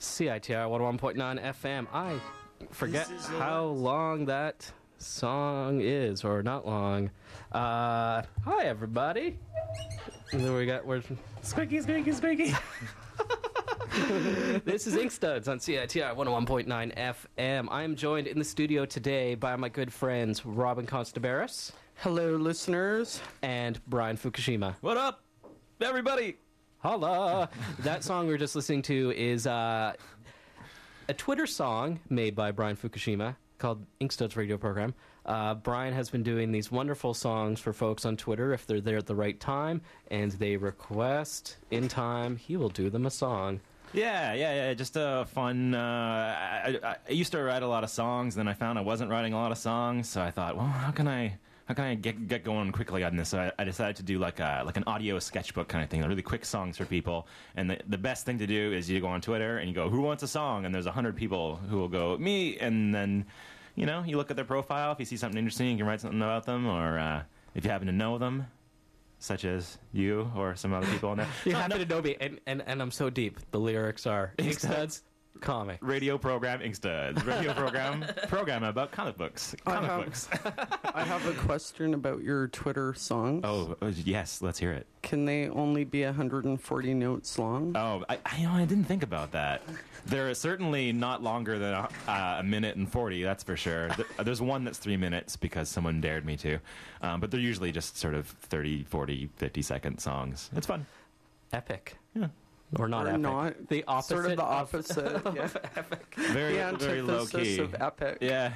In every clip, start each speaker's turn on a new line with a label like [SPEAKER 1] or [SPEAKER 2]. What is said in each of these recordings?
[SPEAKER 1] CITR 101.9 FM. I forget
[SPEAKER 2] This is the
[SPEAKER 1] how long that song is, or not long. Uh, hi, everybody. And then we got we're squeaky, squeaky, squeaky. this is Ink Studs on CITR 101.9 FM. I am joined in the studio today by my good friends Robin Constabaris
[SPEAKER 3] Hello, listeners.
[SPEAKER 1] and Brian Fukushima.
[SPEAKER 2] What up, everybody?
[SPEAKER 1] Holla! that song we were just listening to is uh, a Twitter song made by Brian Fukushima called Inkstud's radio program. Uh, Brian has been doing these wonderful songs for folks on Twitter if they're there at the right time and they request in time, he will do them a song.
[SPEAKER 2] Yeah, yeah, yeah. Just a fun. Uh, I, I, I used to write a lot of songs, then I found I wasn't writing a lot of songs, so I thought, well, how can I? How can I get, get going quickly on this? So I, I decided to do like a like an audio sketchbook kind of thing, really quick songs for people. And the, the best thing to do is you go on Twitter and you go, "Who wants a song?" And there's a hundred people who will go, "Me." And then, you know, you look at their profile. If you see something interesting, you can write something about them, or uh, if you happen to know them, such as you or some other people on there.
[SPEAKER 1] You happen to know me, and, and, and I'm so deep. The lyrics are Inkstud's comic.
[SPEAKER 2] radio program Inkstuds. Radio program program about comic books. Comic
[SPEAKER 3] have-
[SPEAKER 2] books.
[SPEAKER 3] I have a question about your Twitter songs.
[SPEAKER 2] Oh, oh, yes, let's hear it.
[SPEAKER 3] Can they only be 140 notes long?
[SPEAKER 2] Oh, I, I, you know, I didn't think about that. They're certainly not longer than a, uh, a minute and forty. That's for sure. Th- uh, There's one that's three minutes because someone dared me to, um, but they're usually just sort of 30, 40, 50 second songs. It's fun.
[SPEAKER 1] Epic.
[SPEAKER 2] Yeah.
[SPEAKER 1] Or not
[SPEAKER 3] Or
[SPEAKER 1] epic.
[SPEAKER 3] not.
[SPEAKER 1] The opposite.
[SPEAKER 3] Sort of the
[SPEAKER 1] of-
[SPEAKER 3] opposite. yeah.
[SPEAKER 2] Very
[SPEAKER 3] The
[SPEAKER 2] very low
[SPEAKER 3] antithesis
[SPEAKER 2] key.
[SPEAKER 3] of epic.
[SPEAKER 2] yeah.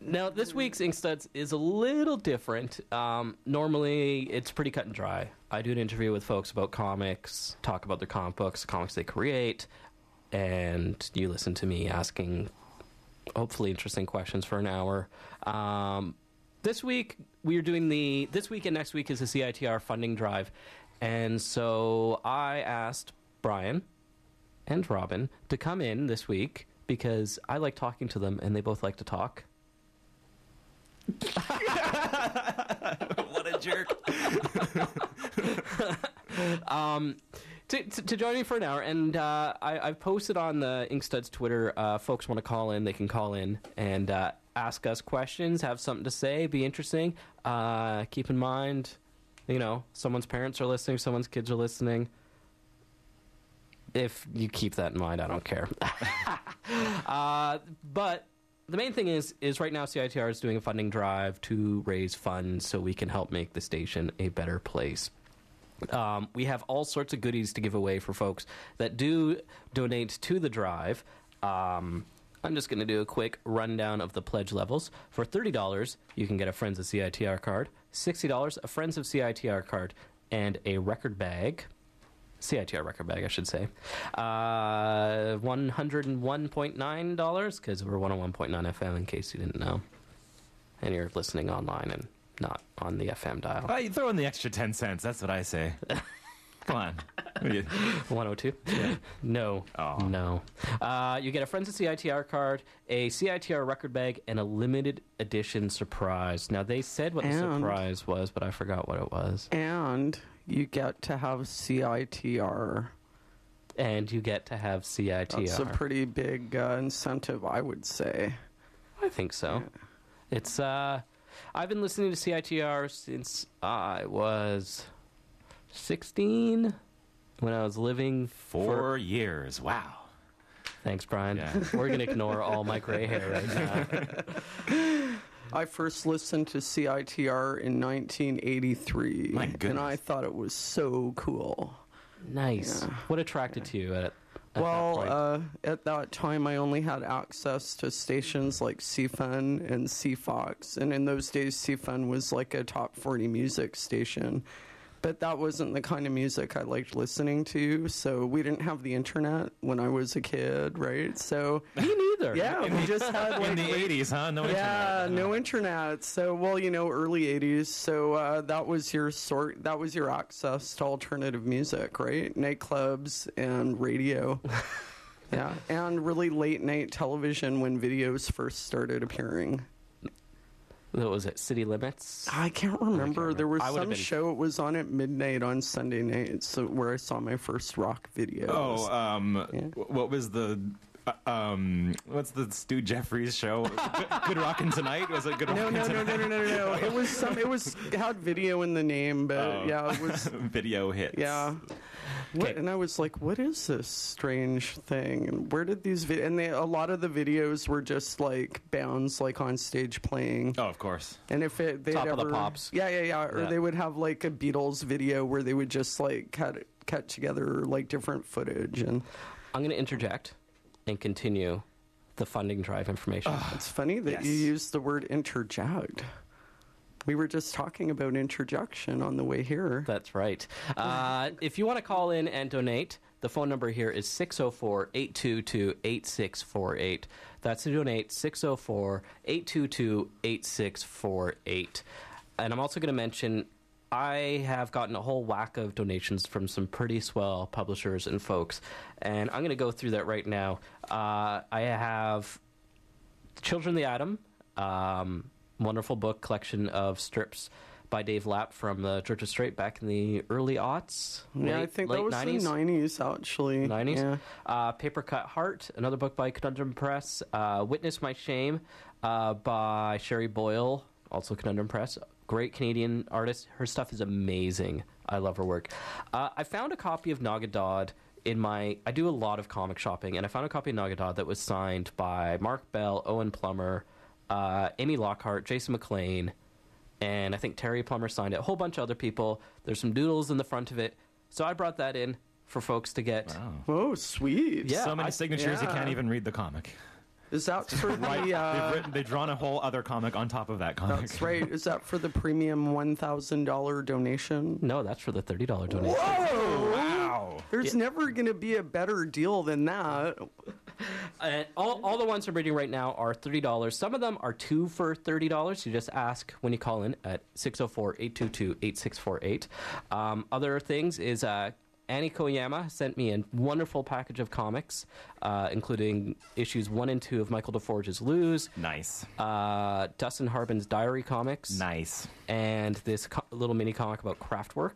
[SPEAKER 1] Now, this week's Inkstuds is a little different. Um, normally, it's pretty cut and dry. I do an interview with folks about comics, talk about their comic books, comics they create, and you listen to me asking hopefully interesting questions for an hour. Um, this week, we are doing the. This week and next week is the CITR funding drive. And so I asked Brian and Robin to come in this week because I like talking to them and they both like to talk.
[SPEAKER 2] What a jerk.
[SPEAKER 1] to, to, to join me for an hour. And uh, I, I've posted on the Inkstuds Twitter. Uh, folks want to call in, they can call in and uh, ask us questions, have something to say, be interesting. Uh, keep in mind, you know, someone's parents are listening, someone's kids are listening. If you keep that in mind, I don't care. uh, but the main thing is is right now CITR is doing a funding drive to raise funds so we can help make the station a better place. Um, we have all sorts of goodies to give away for folks that do donate to the drive. Um, I'm just going to do a quick rundown of the pledge levels. For $30, you can get a Friends of CITR card, $60, a Friends of CITR card, and a record bag. CITR record bag, I should say. Uh, $101.9, because we're 101.9 FM in case you didn't know. And you're listening online and not on the FM dial.
[SPEAKER 2] you throw in the extra ten cents. That's what I say. Come on. What do you-
[SPEAKER 1] 102? No.
[SPEAKER 2] Aw.
[SPEAKER 1] No. Uh, you get a Friends of CITR card, a CITR record bag, and a limited edition surprise. Now, they said what the
[SPEAKER 3] And-
[SPEAKER 1] surprise was, but I forgot what it was.
[SPEAKER 3] And you get to have CITR.
[SPEAKER 1] And you get to have CITR.
[SPEAKER 3] That's a pretty big uh, incentive, I would say.
[SPEAKER 1] I think so. It's, uh, I've been listening to CITR since I was 16 when I was living
[SPEAKER 2] Four
[SPEAKER 1] for
[SPEAKER 2] years. Wow.
[SPEAKER 1] Thanks, Brian.
[SPEAKER 2] Yeah.
[SPEAKER 1] We're going to ignore all my gray hair right now.
[SPEAKER 3] I first listened to CITR in 1983.
[SPEAKER 2] My
[SPEAKER 3] And
[SPEAKER 2] goodness.
[SPEAKER 3] I thought it was so cool.
[SPEAKER 1] Nice. What attracted to you at at that
[SPEAKER 3] well,
[SPEAKER 1] point?
[SPEAKER 3] uh, at that time, I only had access to stations like CFN and CFox, and in those days, CFN was like a top forty music station. But that wasn't the kind of music I liked listening to, so we didn't have the internet when I was a kid, right? So
[SPEAKER 1] Me neither.
[SPEAKER 3] yeah, we just had
[SPEAKER 2] In
[SPEAKER 3] like
[SPEAKER 2] the eighties, huh? No
[SPEAKER 3] yeah,
[SPEAKER 2] internet.
[SPEAKER 3] no internet. So, well, you know, early '80s. So uh, that was your sort. That was your access to alternative music, right? Nightclubs and radio. yeah, and really late night television when videos first started appearing.
[SPEAKER 1] What was it? City Limits?
[SPEAKER 3] I can't remember. There was
[SPEAKER 1] I would've
[SPEAKER 3] some
[SPEAKER 1] been-
[SPEAKER 3] show. It was on at midnight on
[SPEAKER 2] uh,
[SPEAKER 3] Sunday nights, so where I saw my first rock video.
[SPEAKER 2] Oh, um, wh- what was the uh, um, what's the Stu Jeffries show? Good, Good Rockin' Tonight? Was it Good
[SPEAKER 3] No,
[SPEAKER 2] Rockin'
[SPEAKER 3] no, no,
[SPEAKER 2] Tonight?
[SPEAKER 3] no, no, no, no. It was some. It was it had video in the name, but
[SPEAKER 2] Oh.
[SPEAKER 3] yeah, it was
[SPEAKER 2] Video hits.
[SPEAKER 3] yeah. What,
[SPEAKER 1] Okay.
[SPEAKER 3] and I was like, "What is this strange thing? And where did these?" Vid-? And they, a lot of the videos were just like bands, like on stage playing.
[SPEAKER 2] Oh, of course.
[SPEAKER 3] And if it, they
[SPEAKER 1] Top
[SPEAKER 3] ever,
[SPEAKER 1] of the Pops.
[SPEAKER 3] yeah, yeah, yeah, or
[SPEAKER 1] Yeah.
[SPEAKER 3] they would have like a Beatles video where they would just like cut cut together like different footage, and
[SPEAKER 1] I'm going to interject and continue the funding drive information.
[SPEAKER 3] it's funny that you
[SPEAKER 2] Yes.
[SPEAKER 3] used the word interject. We were just talking about interjection on the way here.
[SPEAKER 1] That's right. Uh, if you want to call in and donate, the phone number here is 604 822 8648. That's to donate 604 822 8648. And I'm also going to mention I have gotten a whole whack of donations from some pretty swell publishers and folks. And I'm going to go through that right now. Uh, I have Children of the Atom, um, wonderful book collection of strips by Dave Lapp from the Church of Straight back in the early aughts.
[SPEAKER 3] yeah, I
[SPEAKER 1] late-
[SPEAKER 3] think
[SPEAKER 1] late
[SPEAKER 3] that was
[SPEAKER 1] 90s.
[SPEAKER 3] the nineties actually.
[SPEAKER 1] 90s.
[SPEAKER 3] Yeah.
[SPEAKER 1] Uh, Paper Cut Heart, another book by Conundrum Press. Uh, Witness My Shame uh, by Sherry Boyle, also Conundrum Press. Great Canadian artist. Her stuff is amazing. I love her work. Uh, I found a copy of Nagadod in my. I do a lot of comic shopping, and I found a copy of Nagadod that was signed by Mark Bell, Owen Plummer, uh, Amy Lockhart, Jason McLean, and I think Terry Plummer signed it. A whole bunch of other people. There's some doodles in the front of it. So I brought that in for folks to get.
[SPEAKER 3] Whoa, Oh, sweet.
[SPEAKER 1] Yeah,
[SPEAKER 2] so many
[SPEAKER 1] I-
[SPEAKER 2] signatures you
[SPEAKER 3] yeah.
[SPEAKER 2] can't even read the comic.
[SPEAKER 3] Is that for the?
[SPEAKER 2] They've,
[SPEAKER 3] Uh,
[SPEAKER 2] written, they've drawn a whole other comic on top of that comic.
[SPEAKER 3] that's right. Is that for the premium one thousand dollar donation?
[SPEAKER 1] No, that's for the thirty dollar donation.
[SPEAKER 3] Whoa!
[SPEAKER 2] Wow.
[SPEAKER 3] There's never going to be a better deal than that.
[SPEAKER 1] And all, all the ones I'm reading right now are thirty dollars. Some of them are two for thirty dollars. You just ask when you call in at 604-822-8648. Um, other things is uh, Annie Koyama sent me a wonderful package of comics, uh, including issues one and two of Michael DeForge's Lose,
[SPEAKER 2] Nice.
[SPEAKER 1] uh, Dustin Harbin's Diary comics,
[SPEAKER 2] Nice.
[SPEAKER 1] and this co- little mini comic about Kraftwerk.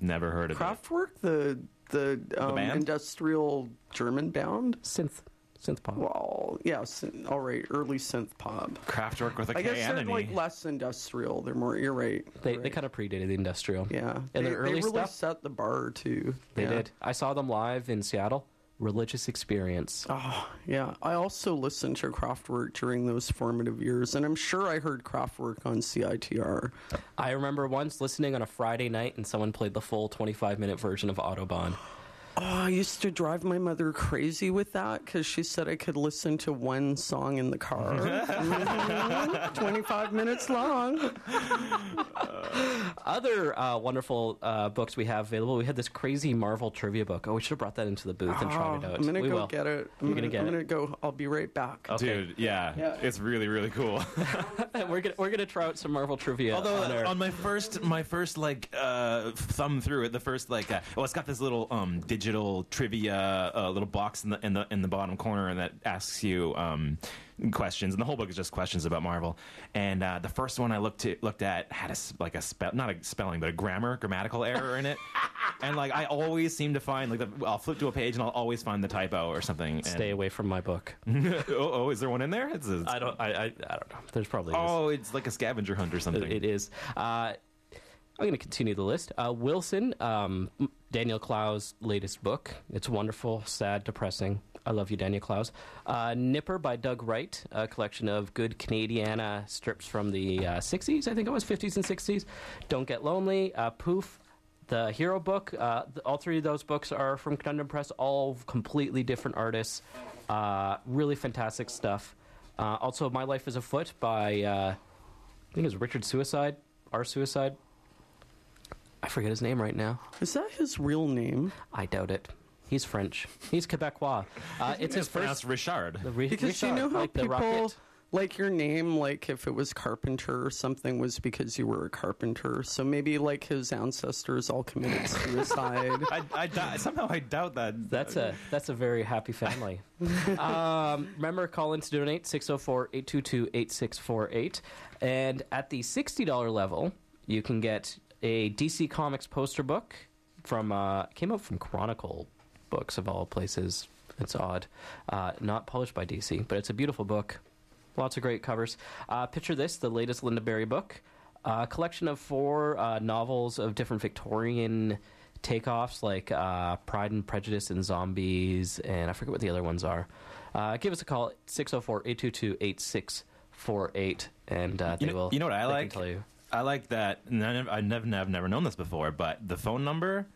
[SPEAKER 2] Never heard of it.
[SPEAKER 3] Kraftwerk, the the, um,
[SPEAKER 2] band?
[SPEAKER 3] industrial German bound.
[SPEAKER 1] synth synth pop.
[SPEAKER 3] Well, yes, all right, early synth pop.
[SPEAKER 2] Kraftwerk with a K
[SPEAKER 3] I guess
[SPEAKER 2] and
[SPEAKER 3] they're
[SPEAKER 2] an
[SPEAKER 3] like
[SPEAKER 2] E.
[SPEAKER 3] less industrial. They're more. You're right.
[SPEAKER 1] They,
[SPEAKER 3] You're
[SPEAKER 1] they
[SPEAKER 3] right.
[SPEAKER 1] kind of predated the industrial.
[SPEAKER 3] yeah.
[SPEAKER 1] And
[SPEAKER 3] they,
[SPEAKER 1] their early
[SPEAKER 3] they really
[SPEAKER 1] stuff-
[SPEAKER 3] set the bar too.
[SPEAKER 1] They
[SPEAKER 3] Yeah.
[SPEAKER 1] did. I saw them live in Seattle. Religious experience.
[SPEAKER 3] Oh, yeah. I also listened to Kraftwerk during those formative years, and I'm sure I heard Kraftwerk on CITR.
[SPEAKER 1] I remember once listening on a Friday night and someone played the full 25 minute version of Autobahn.
[SPEAKER 3] Oh, I used to drive my mother crazy with that because she said I could listen to one song in the car. Mhm. 25 minutes long.
[SPEAKER 1] Other uh, wonderful uh, books we have available. We had this crazy Marvel trivia book. Oh, we should have brought that into the booth and
[SPEAKER 3] Oh,
[SPEAKER 1] tried it out.
[SPEAKER 3] I'm going to
[SPEAKER 1] we
[SPEAKER 3] go
[SPEAKER 1] will.
[SPEAKER 3] get it. I'm
[SPEAKER 1] You're gonna
[SPEAKER 3] gonna,
[SPEAKER 1] get
[SPEAKER 3] I'm
[SPEAKER 1] it. Oh.
[SPEAKER 3] gonna go. I'll be right back.
[SPEAKER 1] Okay.
[SPEAKER 2] Dude, yeah,
[SPEAKER 3] Yeah.
[SPEAKER 2] It's really, really cool.
[SPEAKER 1] we're gonna we're gonna try out some Marvel trivia.
[SPEAKER 2] Although
[SPEAKER 1] on our-
[SPEAKER 2] uh, on my first, my first like uh, thumb through it, the first like uh, oh, it's got this little um, digital trivia uh, little box in the in the in the bottom corner, and that asks you um, questions, and the whole book is just questions about Marvel. And uh, the first one I looked to, looked at had a s- like a spell, not a spelling, but a grammar grammatical error in it. And like I always seem to find like the, I'll flip to a page and I'll always find the typo or something. and-
[SPEAKER 1] stay away from my book.
[SPEAKER 2] oh, oh, is there one in there? It's a,
[SPEAKER 1] I don't. I, I I don't know. There's probably. is.
[SPEAKER 2] oh, it's like a scavenger hunt or something.
[SPEAKER 1] It is. Uh, I'm going to continue the list. Uh, Wilson, um, Daniel Clow's latest book. It's wonderful, sad, depressing. I love you, Daniel Clowes. Uh, Nipper by Doug Wright, a collection of good Canadiana strips from the uh, 60s, I think it was, 50s and 60s. Don't Get Lonely, uh, Poof, the Hero book. Uh, th- all three of those books are from Conundrum Press, all completely different artists. Uh, really fantastic stuff. Uh, also, My Life is Afoot by. Uh, I think it was Richard Suicide, our Suicide. I forget his name right now.
[SPEAKER 3] Is that his real name?
[SPEAKER 1] I doubt it. He's French. He's Quebecois. Uh, it's his
[SPEAKER 2] pronounced
[SPEAKER 1] first.
[SPEAKER 2] Richard.
[SPEAKER 1] Ri-
[SPEAKER 3] Because you
[SPEAKER 1] Richard,
[SPEAKER 3] know how
[SPEAKER 1] like the
[SPEAKER 3] people.
[SPEAKER 1] rocket.
[SPEAKER 3] Like your name, like if it was Carpenter or something, was because you were a carpenter. So maybe like his ancestors all committed suicide.
[SPEAKER 2] I, I dou- somehow I doubt that.
[SPEAKER 1] That's a that's a very happy family. um, remember, call in to donate 604-822-8648. and at the sixty dollar level, you can get a DC Comics poster book from uh, came out from Chronicle Books of all places. It's odd. Uh, not published by DC, but it's a beautiful book. Lots of great covers. Uh, picture this the latest Linda Berry book, a collection of four uh, novels of different Victorian takeoffs like uh, Pride and Prejudice and Zombies, and I forget what the other ones are. Uh, give us a call at 604 822 8648, and uh, they
[SPEAKER 2] You know,
[SPEAKER 1] will.
[SPEAKER 2] you know what I
[SPEAKER 1] they can
[SPEAKER 2] like?
[SPEAKER 1] Tell you.
[SPEAKER 2] I like that. And I never, I never, I've never known this before, but the phone number,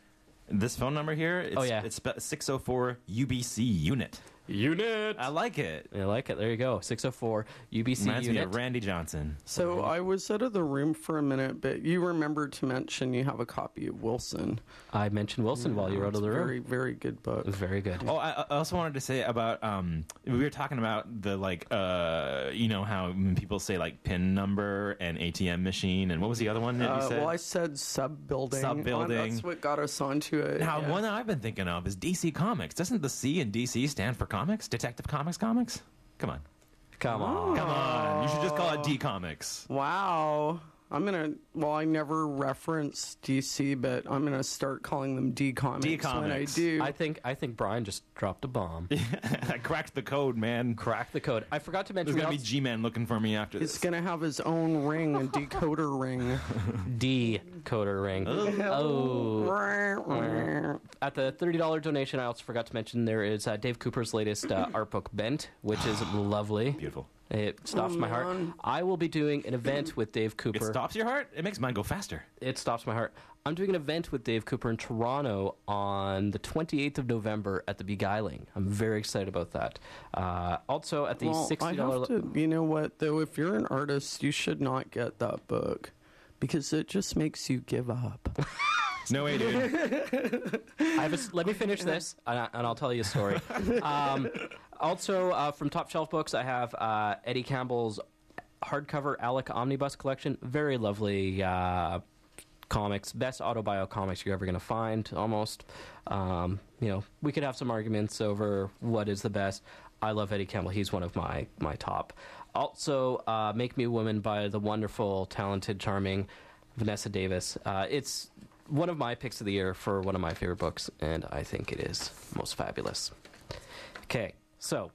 [SPEAKER 2] this phone number here, it's,
[SPEAKER 1] Oh, yeah.
[SPEAKER 2] it's six zero four UBC unit.
[SPEAKER 1] Unit!
[SPEAKER 2] I like it.
[SPEAKER 1] I like it. There you go. 604 UBC
[SPEAKER 2] Reminds me
[SPEAKER 1] unit.
[SPEAKER 2] of Randy Johnson.
[SPEAKER 3] So I was out of the room for a minute, but you remembered to mention you have a copy of Wilson.
[SPEAKER 1] I mentioned Wilson while you wrote
[SPEAKER 3] It's
[SPEAKER 1] to the
[SPEAKER 3] a
[SPEAKER 1] room.
[SPEAKER 3] Very, very good book.
[SPEAKER 1] It was very good.
[SPEAKER 2] Oh, I, I also wanted to say about um, we were talking about the like, uh, you know how when people say like pin number and ATM machine, and what was the other one that you
[SPEAKER 3] Uh,
[SPEAKER 2] said?
[SPEAKER 3] well, I said sub building.
[SPEAKER 2] Sub-building.
[SPEAKER 3] That's what got us onto it.
[SPEAKER 2] now,
[SPEAKER 3] yeah.
[SPEAKER 2] one that I've been thinking of is DC Comics. Doesn't the C in DC stand for comics? Detective Comics, comics. Come on,
[SPEAKER 1] Come on.
[SPEAKER 2] come on. You should just call it D Comics.
[SPEAKER 3] Wow. I'm gonna. Well, I never reference DC, but I'm gonna start calling them D comics, when I
[SPEAKER 2] D-comics.
[SPEAKER 3] do.
[SPEAKER 1] I think I think Brian just dropped a bomb.
[SPEAKER 2] I cracked the code, man.
[SPEAKER 1] Crack the code. I forgot to mention
[SPEAKER 2] There's
[SPEAKER 1] we
[SPEAKER 2] gonna be
[SPEAKER 1] also-
[SPEAKER 2] G Man looking for me after
[SPEAKER 3] He's
[SPEAKER 2] this.
[SPEAKER 3] gonna have his own ring, a decoder ring.
[SPEAKER 1] decoder ring. Oh. At the $30 donation, I also forgot to mention there is uh, Dave Cooper's latest uh, art book, Bent, which is lovely.
[SPEAKER 2] Beautiful.
[SPEAKER 1] It stops my heart.
[SPEAKER 3] man.
[SPEAKER 1] I will be doing an event with Dave Cooper.
[SPEAKER 2] It stops your heart. It makes mine go faster.
[SPEAKER 1] It stops my heart. I'm doing an event with Dave Cooper in Toronto on the 28th of November at the Beguiling. I'm very excited about that. Uh, also at the
[SPEAKER 3] Well, I
[SPEAKER 1] $60
[SPEAKER 3] have to, you know what though? If you're an artist, you should not get that book because it just makes you give up.
[SPEAKER 2] No way, dude.
[SPEAKER 1] I have a s let me finish this, and, I, and I'll tell you a story. Um, also, uh, from Top Shelf Books, I have uh, Eddie Campbell's hardcover Alec Omnibus collection. Very lovely uh, comics, best autobio comics you're ever going to find, almost. Um, you know, we could have some arguments over what is the best. I love Eddie Campbell. He's one of my my top. Also, uh, Make Me a Woman by the wonderful, talented, charming Vanessa Davis. Uh, it's one of my picks of the year for one of my favorite books, and I think it is most fabulous. Okay, so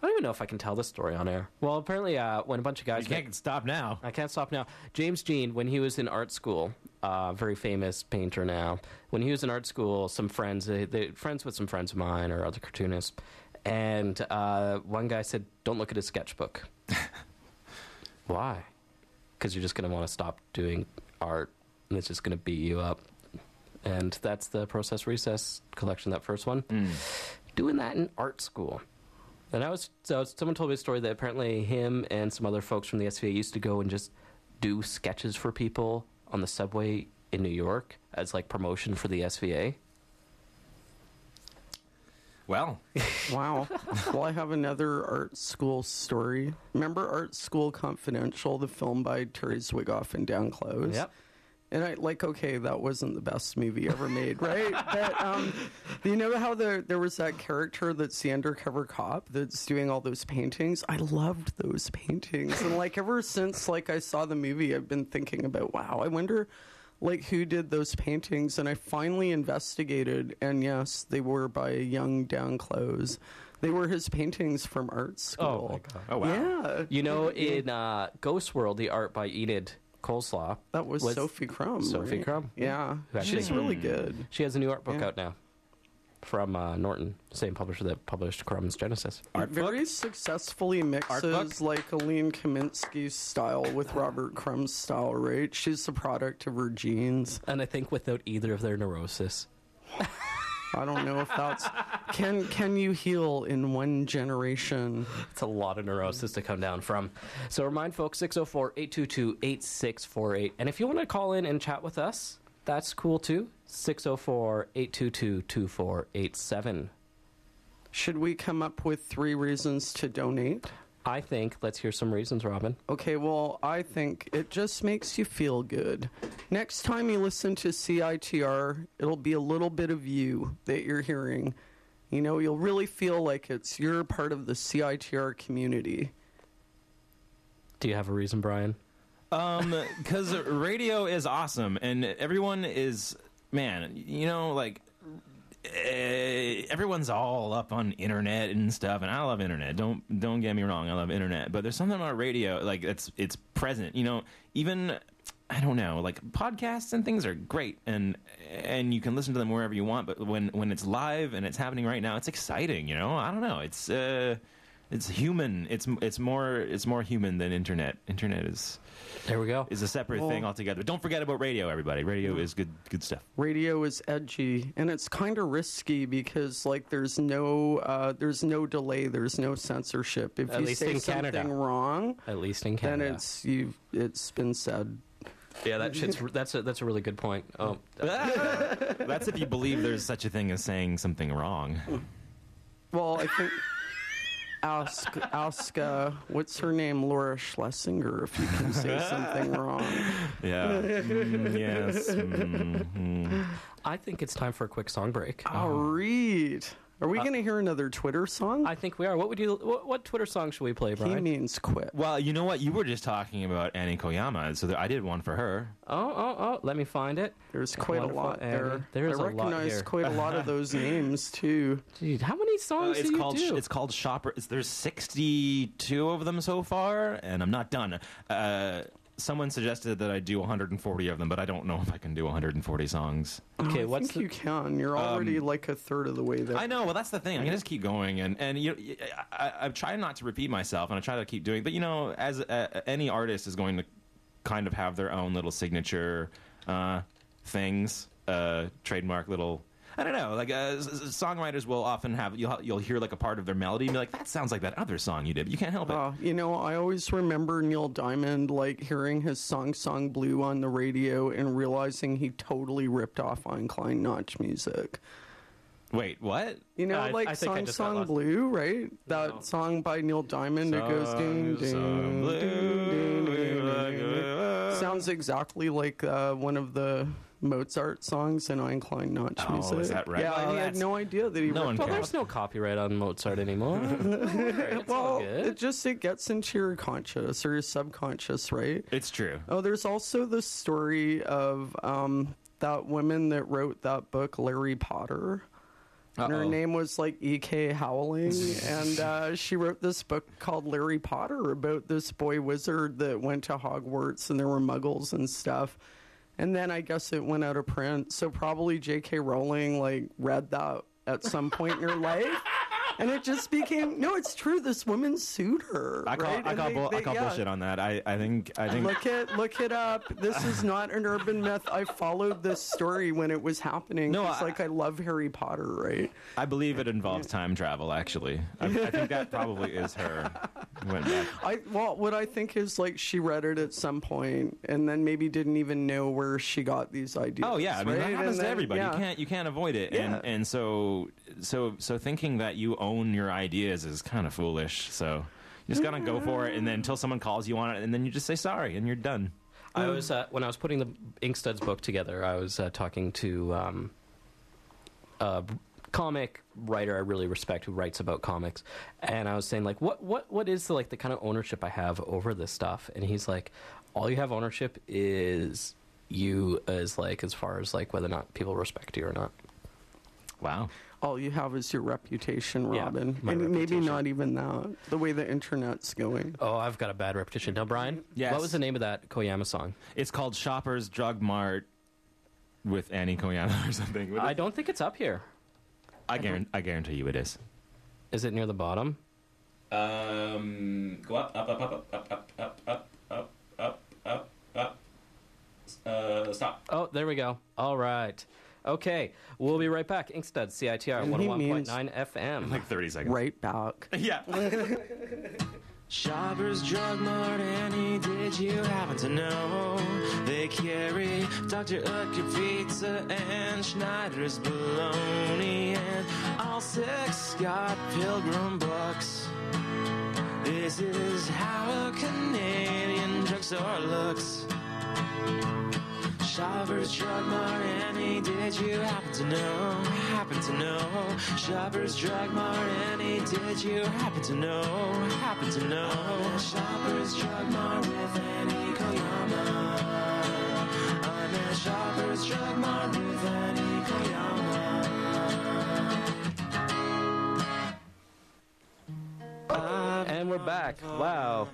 [SPEAKER 1] I don't even know if I can tell this story on air. Well, apparently, uh, when a bunch of guys
[SPEAKER 2] You can't stop now.
[SPEAKER 1] I can't stop now. James Jean, when he was in art school, uh, very famous painter now. When he was in art school, some friends, they, they friends with some friends of mine or other cartoonists, and uh, one guy said, "Don't look at his sketchbook." Why? Because you're just going to want to stop doing art, and it's just going to beat you up. And that's the Process Recess collection, that first one. Doing that in art school. And I was so someone told me a story that apparently him and some other folks from the SVA used to go and just do sketches for people on the subway in New York as like promotion for the SVA.
[SPEAKER 2] Well,
[SPEAKER 3] Wow. well, I have another art school story. Remember Art School Confidential, the film by Terry Zwigoff and Dan Close?
[SPEAKER 1] Yep.
[SPEAKER 3] And I like, okay, that wasn't the best movie ever made, right? but um, you know how there there was that character that's the undercover cop that's doing all those paintings. I loved those paintings, and like ever since like I saw the movie, I've been thinking about, wow, I wonder like who did those paintings. And I finally investigated, and yes, they were by a young Dan Close. They were his paintings from art school.
[SPEAKER 2] oh wow.
[SPEAKER 3] Yeah,
[SPEAKER 1] You know, in uh, Ghost World, the art by Enid Coleslaw.
[SPEAKER 3] that was,
[SPEAKER 1] Was
[SPEAKER 3] Sophie Crumb.
[SPEAKER 1] Sophie
[SPEAKER 3] right?
[SPEAKER 1] Crumb. Hmm.
[SPEAKER 3] Yeah,
[SPEAKER 1] Who actually-
[SPEAKER 3] she's really good.
[SPEAKER 1] She has a new art book
[SPEAKER 3] Yeah.
[SPEAKER 1] out now from uh, Norton, same publisher that published Crumb's Genesis.
[SPEAKER 3] It very successfully mixes like Aline Kaminsky's style with Robert Crumb's style, right? She's the product of her genes.
[SPEAKER 1] And I think without either of their neurosis.
[SPEAKER 3] I don't know if that's can can you heal in one generation?
[SPEAKER 1] It's a lot of neurosis to come down from. So remind folks 604 822 8648. And if you want to call in and chat with us, that's cool too. 604 822 2487.
[SPEAKER 3] Should we come up with three reasons to donate?
[SPEAKER 1] I think let's hear some reasons, Robin.
[SPEAKER 3] Okay, well, I think it just makes you feel good. Next time you listen to CITR, it'll be a little bit of you that you're hearing. You know, you'll really feel like it's you're part of the CITR community.
[SPEAKER 1] Do you have a reason, Brian?
[SPEAKER 2] Um, because radio is awesome, and everyone is man. You know, like eh, everyone's all up on internet and stuff, and I love internet. Don't don't get me wrong, I love internet, but there's something about radio like it's it's present. You know, even I don't know, like podcasts and things are great, and and you can listen to them wherever you want. But when when it's live and it's happening right now, it's exciting. You know, I don't know, it's uh, it's human. It's it's more it's more human than internet. Internet is
[SPEAKER 1] There we go.
[SPEAKER 2] is a separate
[SPEAKER 3] Well-
[SPEAKER 2] thing altogether. Don't forget about radio, everybody. Radio is good good stuff.
[SPEAKER 3] radio is edgy and it's kind of risky because like there's no uh, there's no delay there's no censorship if
[SPEAKER 1] At
[SPEAKER 3] you
[SPEAKER 1] least
[SPEAKER 3] say
[SPEAKER 1] in
[SPEAKER 3] something
[SPEAKER 1] Canada.
[SPEAKER 3] wrong
[SPEAKER 1] At least in
[SPEAKER 3] then
[SPEAKER 1] Canada.
[SPEAKER 3] it's you it's been said
[SPEAKER 1] yeah, that shit's that's a that's a really good point. Oh,
[SPEAKER 2] That's if you believe there's such a thing as saying something wrong.
[SPEAKER 3] well i think ask ask uh, what's her name laura schlesinger if you can say something wrong
[SPEAKER 1] Uh-huh.
[SPEAKER 2] Yeah. Mm, yes. Mm, mm.
[SPEAKER 1] I think it's time for a quick song break.
[SPEAKER 3] all right Oh, are we gonna hear another twitter song
[SPEAKER 1] Uh, I think we are. What would you? What, what Twitter song should we play,
[SPEAKER 3] he
[SPEAKER 1] Brian?
[SPEAKER 3] means quit
[SPEAKER 2] Well, you know what? You were just talking about Annie Koyama, so there, I did one for her.
[SPEAKER 1] Oh, oh, oh! Let me find it.
[SPEAKER 3] there's quite a
[SPEAKER 1] Wonderful,
[SPEAKER 3] lot
[SPEAKER 1] Annie.
[SPEAKER 3] there.
[SPEAKER 1] There's a
[SPEAKER 3] I
[SPEAKER 1] lot
[SPEAKER 3] recognize
[SPEAKER 1] here.
[SPEAKER 3] quite a lot of those names too.
[SPEAKER 1] Dude, how many
[SPEAKER 2] Uh,
[SPEAKER 1] songs
[SPEAKER 2] it's
[SPEAKER 1] do Oh, you
[SPEAKER 2] called
[SPEAKER 1] do?
[SPEAKER 2] it's called Shopper. It's, there's 62 of them so far, and I'm not done. Uh, someone suggested that I do 140 of them, but I don't know if I can do 140 songs.
[SPEAKER 1] okay,
[SPEAKER 3] I
[SPEAKER 1] what's
[SPEAKER 3] think you can. You're already like a third of the way there.
[SPEAKER 2] I know. Well, that's the thing. I can just keep going, and and you, I, I, I try not to repeat myself, and I try to keep doing. But you know, as uh, any artist is going to kind of have their own little signature uh, things, uh, trademark little. I don't know. Like uh, s- s- songwriters will often have you'll you'll hear like a part of their melody and be like, that sounds like that other song you did. You can't help it.
[SPEAKER 3] Uh, you know, I always remember Neil Diamond like hearing his song "Song Blue" on the radio and realizing he totally ripped off on Klein Notch music.
[SPEAKER 2] Wait, what?
[SPEAKER 3] You know,
[SPEAKER 1] I-
[SPEAKER 3] like
[SPEAKER 1] I think I
[SPEAKER 3] "Song
[SPEAKER 1] just got
[SPEAKER 3] Song
[SPEAKER 1] lost.
[SPEAKER 3] Blue," right? That song by Neil Diamond. it goes ding ding.
[SPEAKER 2] Song
[SPEAKER 3] ding, ding, ding, ding, ding, ding.
[SPEAKER 2] blue.
[SPEAKER 3] Sounds exactly like uh, one of the Mozart songs in Ein Klein Notch
[SPEAKER 2] Oh, is
[SPEAKER 3] music.
[SPEAKER 2] that right?
[SPEAKER 3] Yeah,
[SPEAKER 2] Well,
[SPEAKER 3] I had
[SPEAKER 2] that's-
[SPEAKER 3] no idea that he
[SPEAKER 2] No
[SPEAKER 3] ripped
[SPEAKER 2] one
[SPEAKER 1] Well,
[SPEAKER 2] cares.
[SPEAKER 1] there's no copyright on Mozart anymore. it's all
[SPEAKER 3] Well,
[SPEAKER 1] good.
[SPEAKER 3] it just it gets into your conscious or your subconscious, right?
[SPEAKER 2] It's true.
[SPEAKER 3] Oh, there's also the story of um, that woman that wrote that book, Larry Potter. And her
[SPEAKER 2] Uh-oh.
[SPEAKER 3] name was like E.K. Howling, and uh, she wrote this book called Larry Potter about this boy wizard that went to Hogwarts, and there were Muggles and stuff. And then I guess it went out of print, so probably J.K. Rowling like read that at some point in her life. And it just became no. It's true. This woman sued her.
[SPEAKER 2] I call,
[SPEAKER 3] right?
[SPEAKER 2] I
[SPEAKER 3] And
[SPEAKER 2] call,
[SPEAKER 3] they-
[SPEAKER 2] bull, I
[SPEAKER 3] they-
[SPEAKER 2] call
[SPEAKER 3] yeah.
[SPEAKER 2] bullshit on that. I, I think I think
[SPEAKER 3] Look it, look it up. This is not an urban myth. I followed this story when it was happening.
[SPEAKER 2] No,
[SPEAKER 3] No, it's
[SPEAKER 2] I-
[SPEAKER 3] like I love Harry Potter, right?
[SPEAKER 2] I believe it involves time travel. Actually, I, I think that probably is her. Went back.
[SPEAKER 3] I well, what I think is like she read it at some point, and then maybe didn't even know where she got these ideas.
[SPEAKER 2] Oh yeah, I mean
[SPEAKER 3] right?
[SPEAKER 2] that happens
[SPEAKER 3] And
[SPEAKER 2] to
[SPEAKER 3] then-
[SPEAKER 2] everybody.
[SPEAKER 3] yeah.
[SPEAKER 2] You can't you can't avoid it.
[SPEAKER 3] Yeah.
[SPEAKER 2] And and so so so thinking that you own your ideas is kind of foolish. So you just gotta go for it, and then until someone calls you on it, and then you just say sorry, and you're done.
[SPEAKER 1] I was uh, when I was putting the Inkstuds book together. I was uh, talking to um, a comic writer I really respect who writes about comics, and I was saying like, what what what is the, like the kind of ownership I have over this stuff? And he's like, all you have ownership is you as like as far as like whether or not people respect you or not.
[SPEAKER 2] Wow.
[SPEAKER 3] All you have is your reputation,
[SPEAKER 1] Yeah,
[SPEAKER 3] Robin,
[SPEAKER 1] my
[SPEAKER 3] and maybe
[SPEAKER 1] reputation.
[SPEAKER 3] not even that. The way the internet's going.
[SPEAKER 1] Oh, I've got a bad repetition. Now, Brian,
[SPEAKER 2] Yes.
[SPEAKER 1] what was the name of that Koyama song?
[SPEAKER 2] It's called Shoppers Drug Mart with Annie Koyama or something. What is-
[SPEAKER 1] I don't think it's up here.
[SPEAKER 2] I, guarantee, I guarantee you it is.
[SPEAKER 1] Is it near the bottom?
[SPEAKER 2] Um, go up, up, up, up, up, up, up, up, up, up, up, up. Uh, stop.
[SPEAKER 1] Oh, there we go. All right. Okay. We'll be right back. Inkstead, CITR
[SPEAKER 3] And he
[SPEAKER 1] 101.9
[SPEAKER 3] means-
[SPEAKER 1] FM.
[SPEAKER 2] Like 30 seconds.
[SPEAKER 3] Right back.
[SPEAKER 2] Yeah. Shoppers Drug Mart, Annie, did you happen to know? They carry Dr. Utker pizza and Schneider's bologna and all six Scott Pilgrim books. This is how a Canadian drugstore looks. Shoppers Drug Mart, Annie, did you happen to know? Happen to know? Shoppers Drug Mart, Annie, did you happen to know? Happen to know? Shoppers Drug Mart with Annie Koyama. I'm at Shoppers Drug Mart with Annie Koyama.
[SPEAKER 1] back. Wow.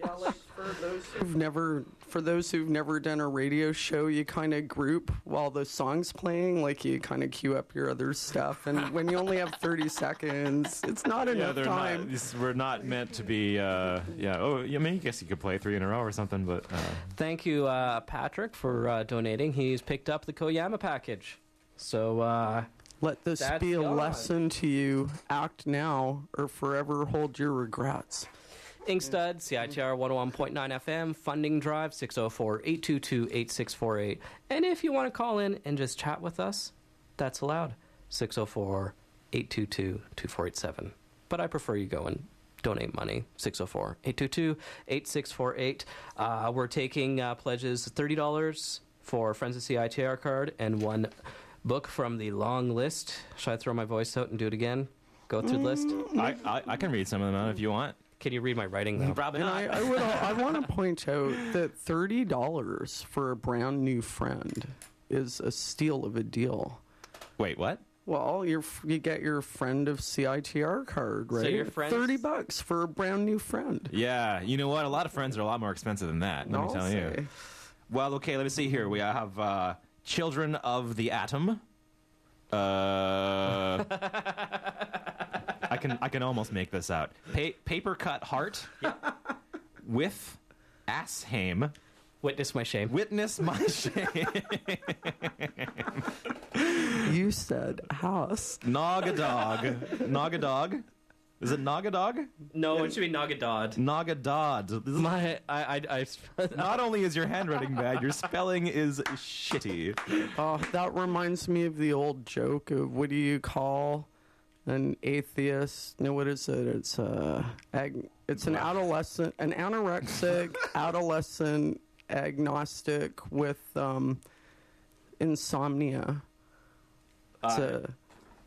[SPEAKER 3] Yeah, like for those who've never for those who've never done a radio show, you kind of group while the song's playing, like you kind of queue up your other stuff. And when you only have 30 seconds, it's not
[SPEAKER 2] Yeah,
[SPEAKER 3] enough
[SPEAKER 2] they're not.
[SPEAKER 3] time.
[SPEAKER 2] These were not meant to be. Uh, yeah. Oh, yeah, I mean, I guess you could play three in a row or something, but uh,
[SPEAKER 1] Thank you, uh, Patrick, for uh, donating. He's picked up the Koyama package. So, uh,
[SPEAKER 3] Let this
[SPEAKER 1] That's
[SPEAKER 3] be a
[SPEAKER 1] God.
[SPEAKER 3] lesson to you. Act now or forever hold your regrets.
[SPEAKER 1] Inkstud, CITR 101.9 FM, Funding Drive 604 822 8648. And if you want to call in and just chat with us, that's allowed 604 822 2487. But I prefer you go and donate money 604 822 8648. We're taking uh, pledges $30 for Friends of CITR card and one book from the long list. Should I throw my voice out and do it again? Go through the list?
[SPEAKER 2] I, I, I can read some of them out if you want.
[SPEAKER 1] Can you read my writing though?
[SPEAKER 2] Probably
[SPEAKER 3] And I, I would I want to point out that thirty dollars for a brand new friend is a steal of a deal.
[SPEAKER 2] Wait, what?
[SPEAKER 3] Well, you you get your friend of CITR card, right?
[SPEAKER 1] your friends-
[SPEAKER 3] thirty bucks for a brand new friend.
[SPEAKER 2] Yeah, you know what? A lot of friends are a lot more expensive than that. Let me
[SPEAKER 3] I'll
[SPEAKER 2] tell
[SPEAKER 3] say.
[SPEAKER 2] you. Well, okay, let me see here. We have uh, Children of the Atom. Uh, I can I can almost make this out. Pa- paper cut heart. With Asshame.
[SPEAKER 1] Witness my shame.
[SPEAKER 2] Witness my shame.
[SPEAKER 3] You said house.
[SPEAKER 2] Naga dog. Naga dog. Is it Naga dog?
[SPEAKER 1] No, it should be Nagadod.
[SPEAKER 2] Naga dod. This is-
[SPEAKER 1] My, I, I, I
[SPEAKER 2] Not only is your handwriting bad, your spelling is shitty.
[SPEAKER 3] Oh, that reminds me of the old joke of what do you call an atheist? No, what is it? It's a ag- it's an adolescent, an anorexic adolescent agnostic with um, insomnia. It's a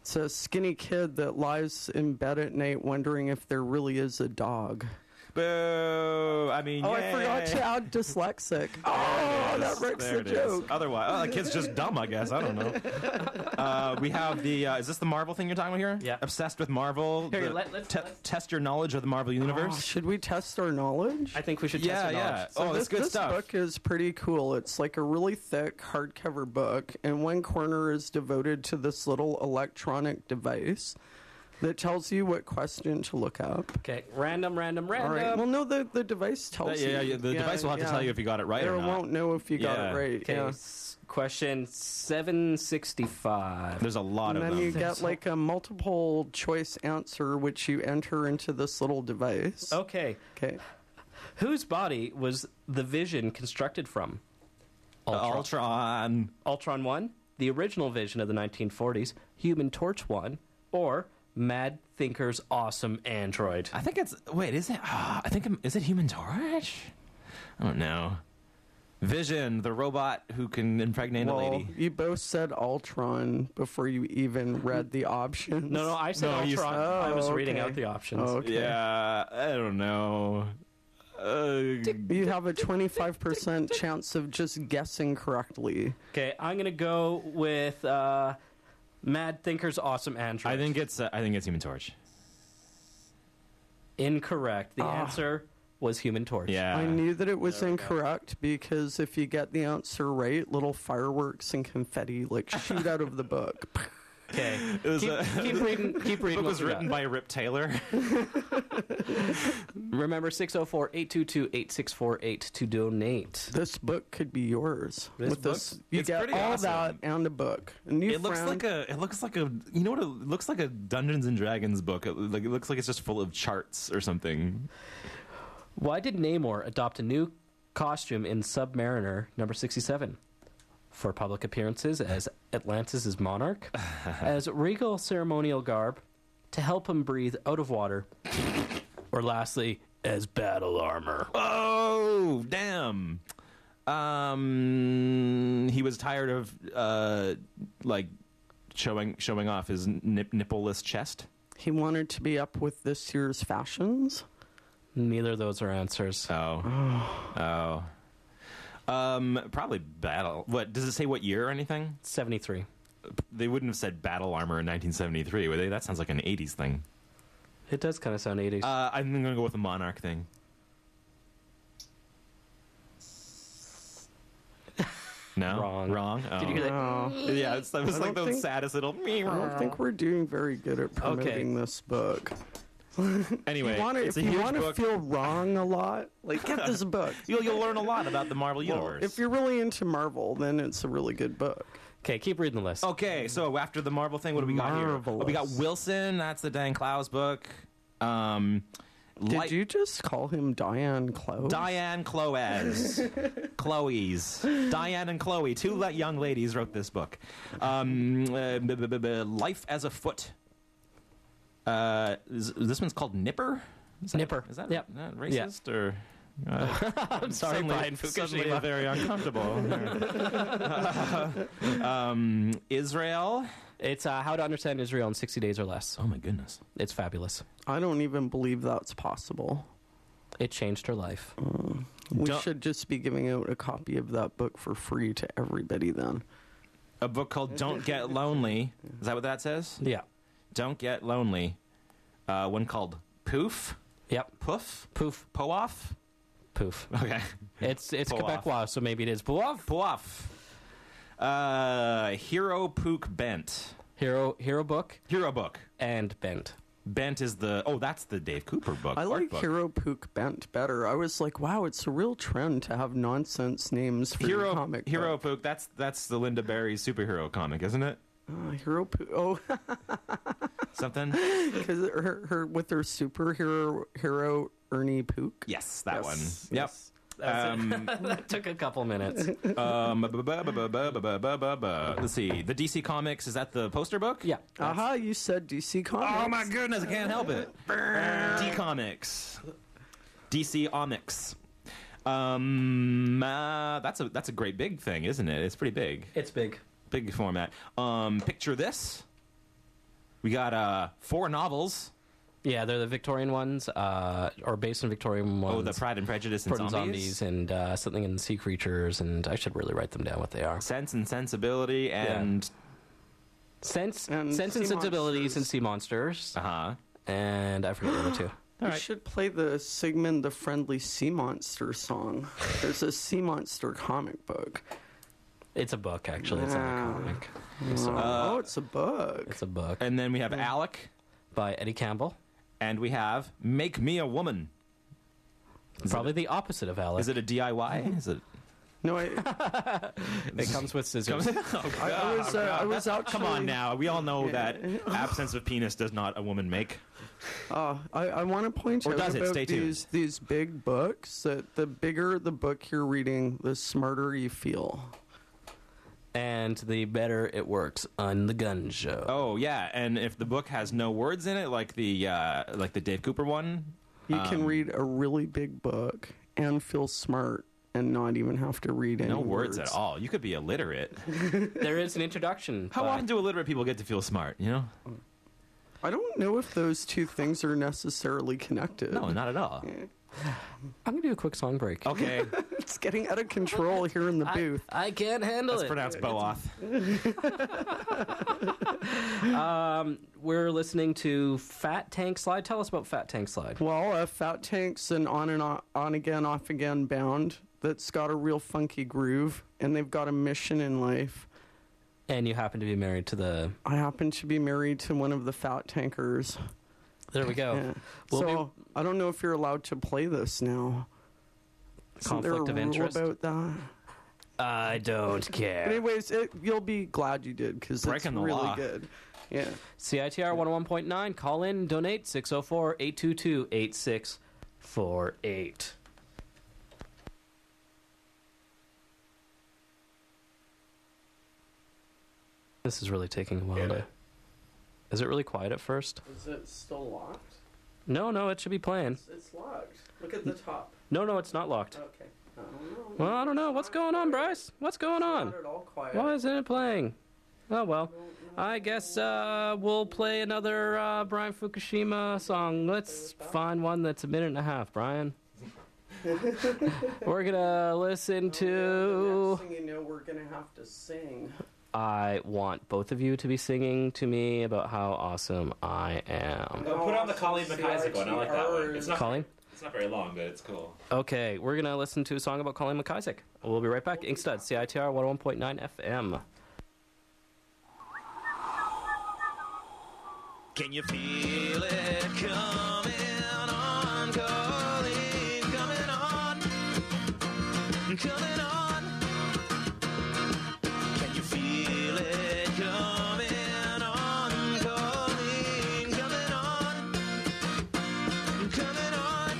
[SPEAKER 3] it's a skinny kid that lies in bed at night wondering if there really is a dog.
[SPEAKER 2] Boo! I mean,
[SPEAKER 3] Oh, I forgot
[SPEAKER 2] yay.
[SPEAKER 3] to add dyslexic. Oh, that wrecks
[SPEAKER 2] There it
[SPEAKER 3] the
[SPEAKER 2] is.
[SPEAKER 3] joke.
[SPEAKER 2] Otherwise, oh, the kid's just dumb, I guess. I don't know. Uh, we have the. Uh, is this the Marvel thing you're talking about here?
[SPEAKER 1] Yeah.
[SPEAKER 2] Obsessed with Marvel.
[SPEAKER 1] Here,
[SPEAKER 2] the-
[SPEAKER 1] let- let's-
[SPEAKER 2] te-
[SPEAKER 1] let's-
[SPEAKER 2] test your knowledge of the Marvel universe.
[SPEAKER 3] Oh, should we test our knowledge?
[SPEAKER 1] I think we should
[SPEAKER 2] yeah,
[SPEAKER 1] test your
[SPEAKER 2] yeah.
[SPEAKER 1] knowledge.
[SPEAKER 2] oh, that's
[SPEAKER 3] this,
[SPEAKER 2] good
[SPEAKER 3] this
[SPEAKER 2] stuff.
[SPEAKER 3] book is pretty cool. It's like a really thick hardcover book, and one corner is devoted to this little electronic device that tells you what question to look up.
[SPEAKER 1] Okay, random, random,
[SPEAKER 3] All
[SPEAKER 1] random.
[SPEAKER 3] right. Well, no, the, the device tells
[SPEAKER 2] Uh, yeah, yeah,
[SPEAKER 3] you.
[SPEAKER 2] yeah, the device will have to
[SPEAKER 3] Oh, yeah.
[SPEAKER 2] tell you if you got it right
[SPEAKER 3] It
[SPEAKER 2] or not.
[SPEAKER 3] won't know if you got
[SPEAKER 2] Yeah.
[SPEAKER 3] it right.
[SPEAKER 1] okay,
[SPEAKER 3] Yeah.
[SPEAKER 1] s- question 765.
[SPEAKER 2] There's a lot of
[SPEAKER 3] And then
[SPEAKER 2] them.
[SPEAKER 3] you get like a multiple choice answer, which you enter into this little device.
[SPEAKER 2] Oh.
[SPEAKER 1] Okay,
[SPEAKER 3] Okay.
[SPEAKER 1] whose body was the vision constructed from? Uh, Ultron,
[SPEAKER 2] Ultron.
[SPEAKER 1] Ultron 1, the original vision of the 1940s, Human Torch 1, or Mad Thinker's awesome android?
[SPEAKER 2] I think it's. Wait, is it? ah, I think I'm- is it Human Torch? I don't know. Vision, the robot who can impregnate a
[SPEAKER 3] Well,
[SPEAKER 2] lady.
[SPEAKER 3] you both said Ultron before you even read the options.
[SPEAKER 1] No, no, I said
[SPEAKER 2] No, you
[SPEAKER 1] Ultron.
[SPEAKER 2] said-
[SPEAKER 1] I was
[SPEAKER 3] Oh,
[SPEAKER 1] reading
[SPEAKER 3] okay.
[SPEAKER 1] out the options.
[SPEAKER 3] Oh, okay.
[SPEAKER 2] Yeah, I don't know. Uh,
[SPEAKER 3] You have a 25% chance of just guessing correctly.
[SPEAKER 1] Okay, I'm gonna go with uh, Mad Thinker's awesome android.
[SPEAKER 2] I think it's uh, I think it's Human Torch.
[SPEAKER 1] incorrect. The
[SPEAKER 3] Ah.
[SPEAKER 1] answer was Human Torch.
[SPEAKER 2] Yeah.
[SPEAKER 3] I knew that it was incorrect because if you get the answer right, little fireworks and confetti like shoot out of the book.
[SPEAKER 1] Okay.
[SPEAKER 2] It was
[SPEAKER 1] Keep,
[SPEAKER 2] a-
[SPEAKER 1] keep reading. Keep
[SPEAKER 2] the
[SPEAKER 1] reading. what
[SPEAKER 2] book was
[SPEAKER 1] we got.
[SPEAKER 2] written by Rip Taylor.
[SPEAKER 1] Remember 604-822-8648 to donate.
[SPEAKER 3] This book could be yours.
[SPEAKER 1] This
[SPEAKER 3] With this,
[SPEAKER 2] book-
[SPEAKER 3] you
[SPEAKER 2] it's
[SPEAKER 3] get
[SPEAKER 2] pretty
[SPEAKER 3] all that
[SPEAKER 2] awesome.
[SPEAKER 3] and a book. A new
[SPEAKER 2] it looks
[SPEAKER 3] friend.
[SPEAKER 2] like a it looks like a you know what it looks like a Dungeons and Dragons book. It, like it looks like it's just full of charts or something.
[SPEAKER 1] Why did Namor adopt a new costume in Submariner number 67? For public appearances as Atlantis' monarch, as regal ceremonial garb, to help him breathe out of water, or lastly, as battle armor.
[SPEAKER 2] Oh damn! Um, he was tired of uh like showing showing off his nip- nippleless chest.
[SPEAKER 3] he wanted to be up with this year's fashions.
[SPEAKER 1] Neither of those are answers.
[SPEAKER 2] Oh, oh. Um, probably battle. What does it say? What year or anything?
[SPEAKER 1] 73.
[SPEAKER 2] they wouldn't have said battle armor in 1973, would they? That sounds like an 80s thing.
[SPEAKER 1] It does kind of sound 80s.
[SPEAKER 2] Uh, I'm going to go with the Monarch thing. No,
[SPEAKER 1] Wrong.
[SPEAKER 2] Wrong.
[SPEAKER 1] Did you hear
[SPEAKER 3] No.
[SPEAKER 2] that? Yeah, it's, that was
[SPEAKER 3] I
[SPEAKER 2] like
[SPEAKER 3] don't
[SPEAKER 2] the
[SPEAKER 3] think-
[SPEAKER 2] saddest little.
[SPEAKER 3] Oh. I don't think we're doing very good at promoting this book.
[SPEAKER 2] Anyway,
[SPEAKER 3] You wanna,
[SPEAKER 2] it's
[SPEAKER 3] if
[SPEAKER 2] a
[SPEAKER 3] you
[SPEAKER 2] huge
[SPEAKER 3] want to
[SPEAKER 2] book.
[SPEAKER 3] feel wrong a lot, like get this book.
[SPEAKER 2] you'll, you'll learn a lot about the Marvel
[SPEAKER 3] Well,
[SPEAKER 2] universe.
[SPEAKER 3] if you're really into Marvel, then it's a really good book.
[SPEAKER 1] okay, keep reading the list.
[SPEAKER 2] Okay, so after the Marvel thing, what do we got here? Oh, we got
[SPEAKER 3] Marvelous.
[SPEAKER 2] Wilson. That's the Dan Klaus book. Um,
[SPEAKER 3] Did you just call him Diane Close?
[SPEAKER 2] Diane Cloes, Chloe's, Diane and Chloe, two le- young ladies wrote this book. Um, uh, b- b- b- b- Life as a Foot. Uh, is, this one's called Nipper. Is that,
[SPEAKER 1] Nipper.
[SPEAKER 2] Is that,
[SPEAKER 1] Yep.
[SPEAKER 2] that racist or? Uh,
[SPEAKER 1] I'm sorry,
[SPEAKER 2] suddenly,
[SPEAKER 1] Brian
[SPEAKER 2] suddenly
[SPEAKER 1] Fukushima.
[SPEAKER 2] very uncomfortable. um, Israel.
[SPEAKER 1] It's uh, How to Understand Israel in 60 Days or Less.
[SPEAKER 2] Oh my goodness.
[SPEAKER 1] It's fabulous.
[SPEAKER 3] I don't even believe that's possible.
[SPEAKER 1] It changed her life.
[SPEAKER 2] Oh.
[SPEAKER 3] We
[SPEAKER 2] Don't-
[SPEAKER 3] should just be giving out a copy of that book for free to everybody then.
[SPEAKER 2] a book called Don't Get Lonely. Is that what that says?
[SPEAKER 1] Yeah.
[SPEAKER 2] Don't Get Lonely. Uh, one called Poof,
[SPEAKER 1] Yep.
[SPEAKER 2] Poof,
[SPEAKER 1] Poof.
[SPEAKER 2] Po Off.
[SPEAKER 1] Poof.
[SPEAKER 2] Okay.
[SPEAKER 1] It's it's
[SPEAKER 2] Pull off.
[SPEAKER 1] Quebecois, so maybe it is. Poof.
[SPEAKER 2] Po Off. Uh, Hero Pook Bent.
[SPEAKER 1] Hero Hero Book
[SPEAKER 2] Hero Book.
[SPEAKER 1] and Bent.
[SPEAKER 2] Bent is the. Oh, that's the Dave Cooper book.
[SPEAKER 3] I like
[SPEAKER 2] art book.
[SPEAKER 3] Hero Pook Bent better. I was like, wow, it's a real trend to have nonsense names for your
[SPEAKER 2] Hero,
[SPEAKER 3] comic.
[SPEAKER 2] Hero
[SPEAKER 3] book.
[SPEAKER 2] Pook. That's that's the Linda Barry superhero comic, isn't it?
[SPEAKER 3] Uh, Hero Pook. Oh,
[SPEAKER 2] Something.
[SPEAKER 3] because her, her with her superhero hero Ernie Pook.
[SPEAKER 2] Yes, that
[SPEAKER 3] Yes,
[SPEAKER 2] one. Yep.
[SPEAKER 3] yes.
[SPEAKER 2] Um,
[SPEAKER 1] that took a couple minutes.
[SPEAKER 2] um, bu- bu- bu- bu- bu- bu- bu- bu- bu- let's see. The DC Comics is that the poster book?
[SPEAKER 1] Yeah.
[SPEAKER 3] Aha! you said DC Comics.
[SPEAKER 2] Oh my goodness, I can't help it. D Comics, DC Omics. Um, uh, that's a that's a great big thing, isn't it? It's pretty big,
[SPEAKER 1] It's big.
[SPEAKER 2] big format. Um, picture this. We got uh four novels.
[SPEAKER 1] Yeah, they're the Victorian ones, uh, or based on Victorian ones.
[SPEAKER 2] Oh, the Pride and Prejudice and
[SPEAKER 1] Pride and
[SPEAKER 2] Zombies.
[SPEAKER 1] zombies and uh, something in sea creatures, and I should really write them down what they are.
[SPEAKER 2] Sense and Sensibility and
[SPEAKER 1] Sense,
[SPEAKER 3] And
[SPEAKER 1] sense, and
[SPEAKER 3] sea
[SPEAKER 1] sensibilities, and
[SPEAKER 3] monsters.
[SPEAKER 1] sea monsters,
[SPEAKER 2] uh huh.
[SPEAKER 1] and I forget the other two.
[SPEAKER 3] We
[SPEAKER 2] right.
[SPEAKER 3] should play the Sigmund the Friendly Sea Monster song. There's a sea monster comic book.
[SPEAKER 1] It's a book, actually. It's not a
[SPEAKER 3] Wow.
[SPEAKER 1] comic.
[SPEAKER 3] oh, it's a book.
[SPEAKER 1] It's a book
[SPEAKER 2] And then we have Alec,
[SPEAKER 1] by Eddie Campbell.
[SPEAKER 2] and we have Make Me a Woman.
[SPEAKER 1] Probably the opposite of Alec.
[SPEAKER 2] Is it a DIY? Is it?
[SPEAKER 3] No, I,
[SPEAKER 1] It comes with scissors.
[SPEAKER 2] Oh,
[SPEAKER 3] I, I was, uh, I was out.
[SPEAKER 2] Come on now. We all know that absence of penis does not a woman make.
[SPEAKER 3] Uh, I, I want to point
[SPEAKER 2] Or
[SPEAKER 3] out
[SPEAKER 2] does it?
[SPEAKER 3] about
[SPEAKER 2] Stay tuned.
[SPEAKER 3] these these big books that the bigger the book you're reading, the smarter you feel.
[SPEAKER 1] and the better it works on the gun show.
[SPEAKER 2] Oh yeah, and if the book has no words in it, like the uh, like the Dave Cooper one,
[SPEAKER 3] You
[SPEAKER 2] Um,
[SPEAKER 3] can read a really big book and feel smart and not even have to read any
[SPEAKER 2] no words at all. You could be illiterate.
[SPEAKER 1] There is an introduction.
[SPEAKER 2] How
[SPEAKER 1] but
[SPEAKER 2] often do illiterate people get to feel smart? You know,
[SPEAKER 3] I don't know if those two things are necessarily connected.
[SPEAKER 2] no, not at all.
[SPEAKER 1] I'm gonna do a quick song break.
[SPEAKER 2] Okay,
[SPEAKER 3] It's getting out of control here in the booth.
[SPEAKER 1] I can't handle
[SPEAKER 2] it's
[SPEAKER 1] it.
[SPEAKER 2] pronounced Boath.
[SPEAKER 1] We're listening to Fat Tank Slide. Tell us about Fat Tank Slide.
[SPEAKER 3] Well, uh, Fat Tank's an on and on, on again, off again bound that's got a real funky groove, and they've got a mission in life.
[SPEAKER 1] And you happen to be married to the.
[SPEAKER 3] I happen to be married to one of the Fat Tankers.
[SPEAKER 1] There we go.
[SPEAKER 3] Yeah.
[SPEAKER 1] Oh. We'll
[SPEAKER 3] so I don't know if you're allowed to play this now. Isn't there a
[SPEAKER 1] Conflict of
[SPEAKER 3] rule
[SPEAKER 1] interest?
[SPEAKER 3] about that?
[SPEAKER 1] I don't care.
[SPEAKER 3] Anyways, it, you'll be glad you did because it's
[SPEAKER 2] Breaking the
[SPEAKER 3] really
[SPEAKER 2] law.
[SPEAKER 3] good. Yeah.
[SPEAKER 1] CITR 101.9. Call in, donate 604 822 8648. This is really taking a while to. Is it really quiet at first?
[SPEAKER 3] Is it still locked?
[SPEAKER 1] No, no, it should be playing.
[SPEAKER 3] It's locked. Look at the top.
[SPEAKER 1] No, no, it's not locked.
[SPEAKER 3] Okay. I don't know.
[SPEAKER 1] Well, I don't know. What's going on, Bryce? What's going on?
[SPEAKER 3] Not at all quiet.
[SPEAKER 1] Why isn't it playing? Oh, well. I guess uh, we'll play another uh, Brian Fukushima song. Let's find one that's a minute and a half, Brian. We're going to listen
[SPEAKER 3] The
[SPEAKER 1] to. Oh.
[SPEAKER 3] next thing you know, we're gonna have to sing.
[SPEAKER 1] I want both of you to be singing to me about how awesome I am.
[SPEAKER 4] Put on the Colleen McIsaac one. I like that one. It's not,
[SPEAKER 1] Colleen?
[SPEAKER 4] It's not very long, but it's cool.
[SPEAKER 1] Okay, we're going to listen to a song about Colleen McIsaac. We'll be right back. Inkstud, CITR 101.9 FM.
[SPEAKER 5] Can you feel it coming on, Colleen? Coming on, coming on. Can you feel it coming on, Colleen? Coming on, coming on.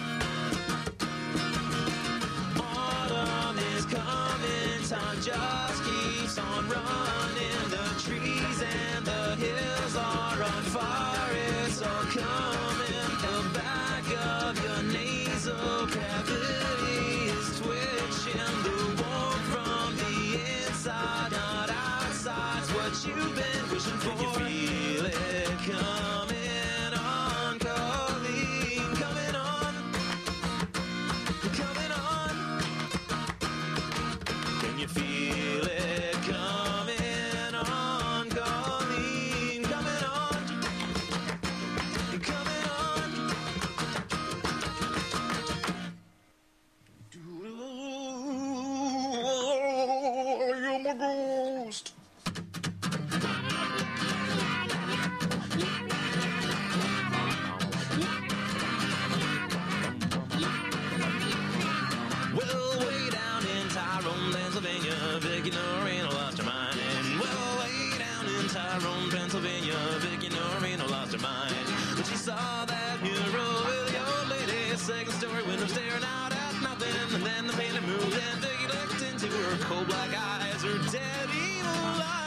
[SPEAKER 5] Autumn is coming, time just keeps on running. The trees and the hills are on fire, it's all coming. The back of your nasal cavity is twitching. The warmth from the inside, not outside's what you've been wishing for. You feel it coming on, Colleen, coming on, coming on. Can you feel it coming on, Colleen? Coming on, coming on. I am a ghost. Well, way down in Tyrone, Pennsylvania, Vicky Lorena lost her mind. Well, way down in Tyrone, Pennsylvania, Vicky Lorena lost her mind. When she saw that mural with the old lady, second story window staring out at nothing. And then the painter moved and Vicky looked into her cold black eyes, her dead evil eyes.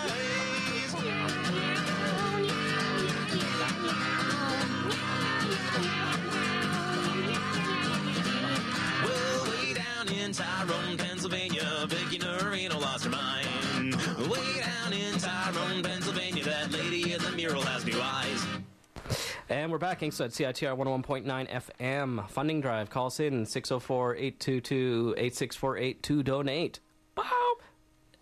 [SPEAKER 5] Well, way down in Tyrone, Pennsylvania, Vicky Norino lost her mind. Way down in Tyrone, Pennsylvania, that lady in the mural has new eyes.
[SPEAKER 1] And we're back, Inkstud, CITR 101.9 FM. Funding drive, call us in 604 822 8648 to donate. Wow!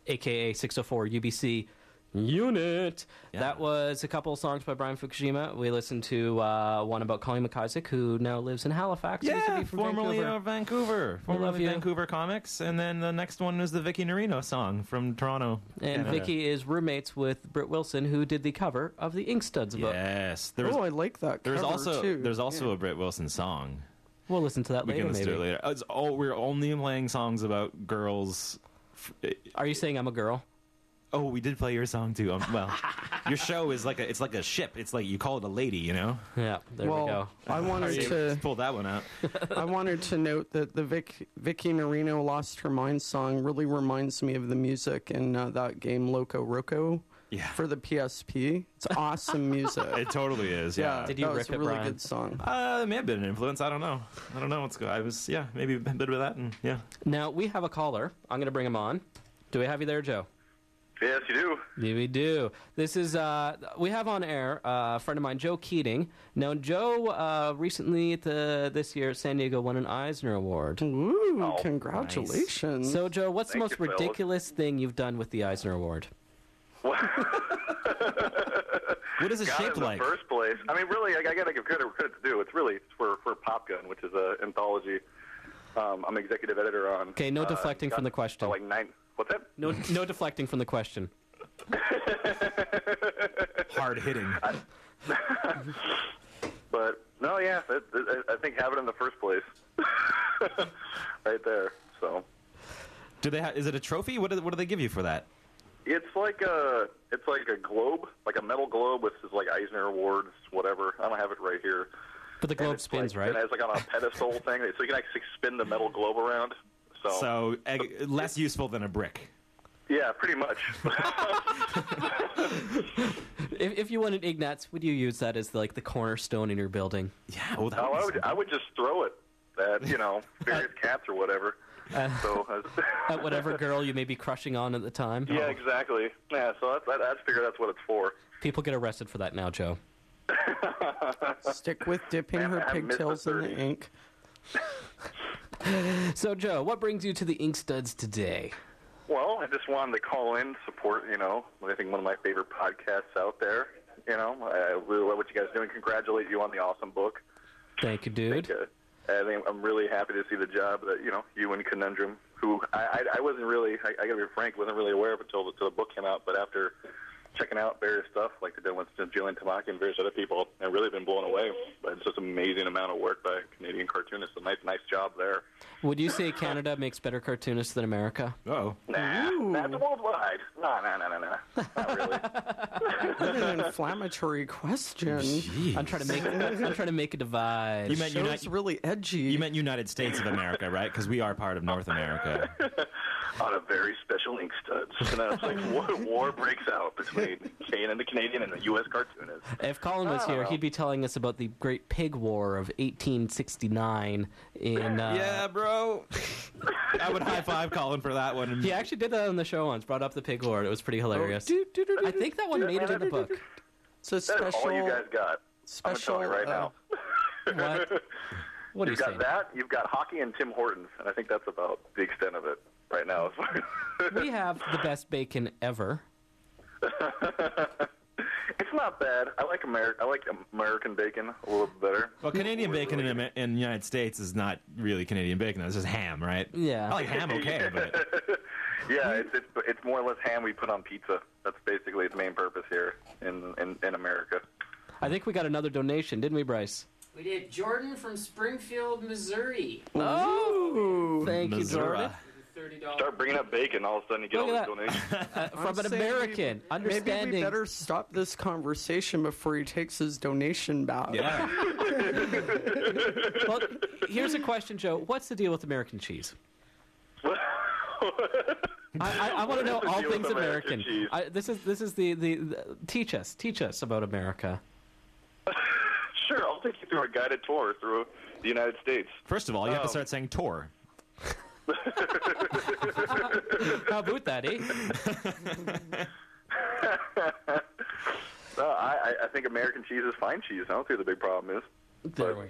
[SPEAKER 1] AKA 604 UBC Unit. That was a couple songs by Brian Fukushima. We listened to uh, one about Colleen McIsaac, who now lives in Halifax. used to
[SPEAKER 2] Yeah,
[SPEAKER 1] be from
[SPEAKER 2] formerly
[SPEAKER 1] Vancouver.
[SPEAKER 2] of Vancouver, formerly
[SPEAKER 1] you.
[SPEAKER 2] Vancouver Comics, and then the next one is the Vicky Norino song from Toronto.
[SPEAKER 1] And
[SPEAKER 2] Canada.
[SPEAKER 1] Vicky is roommates with Britt Wilson, who did the cover of the Inkstuds book.
[SPEAKER 2] Yes, there was
[SPEAKER 3] Oh, I like that.
[SPEAKER 2] there's
[SPEAKER 3] cover,
[SPEAKER 2] also
[SPEAKER 3] too.
[SPEAKER 2] there's also a Britt Wilson song.
[SPEAKER 1] We'll listen to that
[SPEAKER 2] We
[SPEAKER 1] later,
[SPEAKER 2] can listen
[SPEAKER 1] maybe.
[SPEAKER 2] to it later. It's all, we're only playing songs about girls.
[SPEAKER 1] Are you saying I'm a girl?
[SPEAKER 2] Oh, we did play your song too. Um, well, your show is like a it's like a ship. It's like you call it a lady, you know.
[SPEAKER 1] Yeah, there
[SPEAKER 3] well,
[SPEAKER 1] we go.
[SPEAKER 3] I wanted to
[SPEAKER 2] Pull that one out.
[SPEAKER 3] I wanted to note that the Vic, Vicky Norino Lost Her Mind song really reminds me of the music in uh, that game Loco Roco
[SPEAKER 2] Yeah.
[SPEAKER 3] for the PSP. It's awesome music.
[SPEAKER 2] It totally is. Yeah.
[SPEAKER 3] yeah,
[SPEAKER 1] Did you
[SPEAKER 3] that
[SPEAKER 1] rip
[SPEAKER 3] was a
[SPEAKER 1] it,
[SPEAKER 3] really
[SPEAKER 1] Brian?
[SPEAKER 3] good song.
[SPEAKER 2] Uh, it may have been an influence. I don't know. I don't know what's going. I was yeah, maybe a bit of that and yeah.
[SPEAKER 1] Now we have a caller. I'm going to bring him on. Do we have you there, Joe?
[SPEAKER 6] Yes, you do.
[SPEAKER 1] Yeah, we do. This is uh, we have on air uh, a friend of mine, Joe Keating. Now, Joe uh, recently at the this year San Diego won an Eisner Award.
[SPEAKER 2] Oh,
[SPEAKER 3] Ooh,
[SPEAKER 6] nice.
[SPEAKER 3] congratulations.
[SPEAKER 1] So, Joe, what's
[SPEAKER 6] Mm-hmm. Thank
[SPEAKER 1] the most
[SPEAKER 6] you, fellas.
[SPEAKER 1] ridiculous thing you've done with the Eisner Award?
[SPEAKER 2] What is it
[SPEAKER 6] Got it
[SPEAKER 2] shaped
[SPEAKER 6] in the
[SPEAKER 2] like?
[SPEAKER 6] first place. I mean, really, I, I got to give credit where credit's due. It's really it's for for Pop Gun, which is a anthology. Um, I'm executive editor on. uh,
[SPEAKER 1] Okay, no deflecting
[SPEAKER 6] got-
[SPEAKER 1] from the question.
[SPEAKER 6] oh, like nine. What's that?
[SPEAKER 1] No, no deflecting from the question.
[SPEAKER 2] Hard hitting.
[SPEAKER 6] But no, yeah, it, it, I think having it in the first place, right there. So
[SPEAKER 2] Do they? Ha- is it a trophy? What do, what do they give you for that?
[SPEAKER 6] it's like a it's like a globe, like a metal globe, which is like Eisner Awards, whatever. I don't have it right here.
[SPEAKER 1] But the
[SPEAKER 6] And
[SPEAKER 1] globe
[SPEAKER 6] it's
[SPEAKER 1] spins,
[SPEAKER 6] like,
[SPEAKER 1] right?
[SPEAKER 6] It has like on a pedestal thing, so you can actually spin the metal globe around. Oh.
[SPEAKER 2] So egg, less useful than a brick.
[SPEAKER 6] yeah, pretty much.
[SPEAKER 1] If, if you wanted Ignatz, would you use that as like the cornerstone in your building?
[SPEAKER 2] Yeah. Oh, that
[SPEAKER 6] No, I
[SPEAKER 2] was
[SPEAKER 6] would I would just throw it at you know various cats or whatever. so uh,
[SPEAKER 1] At whatever girl you may be crushing on at the time.
[SPEAKER 6] yeah, exactly. Yeah, so that's, I, I figure that's what it's for.
[SPEAKER 1] People get arrested for that now, Joe.
[SPEAKER 3] Stick with dipping
[SPEAKER 6] Man,
[SPEAKER 3] her
[SPEAKER 6] I haven't missed
[SPEAKER 3] pigtails
[SPEAKER 6] a
[SPEAKER 3] in the
[SPEAKER 6] 30.
[SPEAKER 3] ink.
[SPEAKER 1] So, Joe, what brings you to the Ink Studs today?
[SPEAKER 6] Well, I just wanted to call in support. You know, I think one of my favorite podcasts out there. You know, I really love what you guys are doing. Congratulate you on the awesome book.
[SPEAKER 1] Thank you, dude.
[SPEAKER 6] think, uh, I think I'm really happy to see the job that you know you and Conundrum, who I I, I wasn't really I, I gotta be frank wasn't really aware of until the, till the book came out, but after checking out various stuff like the Dylan's Jillian Tamaki and various other people, I've really been blown away. by just an amazing amount of work by Canadian cartoonists. A nice nice job there.
[SPEAKER 1] Would you say Canada makes better cartoonists than America?
[SPEAKER 2] Oh,
[SPEAKER 6] Nah, that's worldwide. Nah, nah, nah, nah, nah. Not really.
[SPEAKER 3] What an inflammatory question.
[SPEAKER 1] I'm trying to make I'm trying to make a divide.
[SPEAKER 2] you meant
[SPEAKER 3] Show's
[SPEAKER 2] United.
[SPEAKER 3] really edgy.
[SPEAKER 2] You meant United States of America, right? Because we are part of North America.
[SPEAKER 6] on a very special ink studs. And I was like, what war breaks out between Kane and the Canadian and the U.S. cartoonist?
[SPEAKER 1] if Colin was here,
[SPEAKER 6] Oh.
[SPEAKER 1] he'd be telling us about the Great Pig War of 1869 in uh,
[SPEAKER 2] bro. I would high five Colin for that one.
[SPEAKER 1] He actually did that on the show once. Brought up the pig war. and It was pretty hilarious. Oh, I think that one made it in the book.
[SPEAKER 3] so
[SPEAKER 6] That is
[SPEAKER 3] special.
[SPEAKER 6] all you guys got. I'm
[SPEAKER 3] special.
[SPEAKER 6] telling you right
[SPEAKER 3] uh,
[SPEAKER 6] now.
[SPEAKER 1] What? What do you
[SPEAKER 6] You've got
[SPEAKER 1] say?
[SPEAKER 6] that. You've got hockey and Tim Hortons, and I think that's about the extent of it right now.
[SPEAKER 1] We have the best bacon ever.
[SPEAKER 6] it's not bad. I like American. I like American bacon a little bit better.
[SPEAKER 2] Well, Canadian bacon in, Ama- in the United States is not really Canadian bacon. That's just ham, right?
[SPEAKER 1] Yeah.
[SPEAKER 2] I like ham okay, but
[SPEAKER 6] Yeah, it's, it's it's more or less ham we put on pizza. That's basically its main purpose here in in, in America.
[SPEAKER 1] I think we got another donation, didn't we, Bryce?
[SPEAKER 7] We did Jordan from Springfield, Missouri.
[SPEAKER 1] Thank you,
[SPEAKER 2] Missouri.
[SPEAKER 1] Jordan.
[SPEAKER 7] Thirty dollars.
[SPEAKER 6] Start bringing up bacon, all of a sudden you get
[SPEAKER 1] Look
[SPEAKER 6] all
[SPEAKER 1] at
[SPEAKER 6] these donations.
[SPEAKER 1] Uh, from an
[SPEAKER 3] saying we-
[SPEAKER 1] American,
[SPEAKER 3] Maybe we
[SPEAKER 1] understanding.
[SPEAKER 3] better stop this conversation before he takes his donation back.
[SPEAKER 2] yeah.
[SPEAKER 1] Well, here's a question, Joe. What's the deal with American cheese? I, I, I want to know
[SPEAKER 6] What is the
[SPEAKER 1] all
[SPEAKER 6] deal with
[SPEAKER 1] things
[SPEAKER 6] American
[SPEAKER 1] American.
[SPEAKER 6] cheese?
[SPEAKER 1] I, this is this is the, the the teach us teach us about America.
[SPEAKER 6] sure, I'll take you through a guided tour through the United States.
[SPEAKER 2] First of all, you have to
[SPEAKER 6] Um,
[SPEAKER 2] start saying tour.
[SPEAKER 1] How about that, eh?
[SPEAKER 6] Uh, I, I- I think American cheese is fine cheese. I don't see what the big problem is.
[SPEAKER 1] There we go.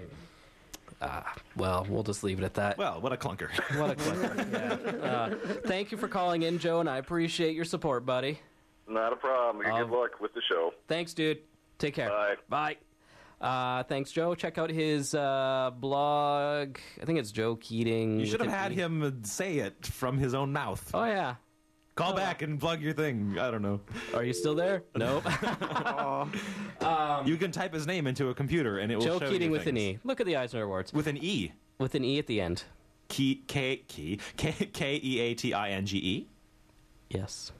[SPEAKER 1] Ah, well, we'll just leave it at that.
[SPEAKER 2] Well, what a clunker.
[SPEAKER 1] What a clipper. yeah. uh, thank you for calling in, Joe, and I appreciate your support, buddy.
[SPEAKER 6] Not a problem. Good
[SPEAKER 1] Um,
[SPEAKER 6] luck with the show.
[SPEAKER 1] Thanks, dude. Take care.
[SPEAKER 6] Bye.
[SPEAKER 1] Bye. Uh, thanks, Joe. Check out his uh, blog. I think it's Joe Keating.
[SPEAKER 2] You should have
[SPEAKER 1] with an
[SPEAKER 2] had
[SPEAKER 1] E.
[SPEAKER 2] him say it from his own mouth.
[SPEAKER 1] Oh yeah.
[SPEAKER 2] Call back and plug your thing. I don't know.
[SPEAKER 1] Are you still there? Nope.
[SPEAKER 2] you can type his name into a computer and it will
[SPEAKER 1] Joe
[SPEAKER 2] show you
[SPEAKER 1] Keating with an
[SPEAKER 2] things.
[SPEAKER 1] E. Look at the Eisner Awards
[SPEAKER 2] With an E.
[SPEAKER 1] with an E at the end.
[SPEAKER 2] Key, K, key, K, K E A T I N G E.
[SPEAKER 1] Yes.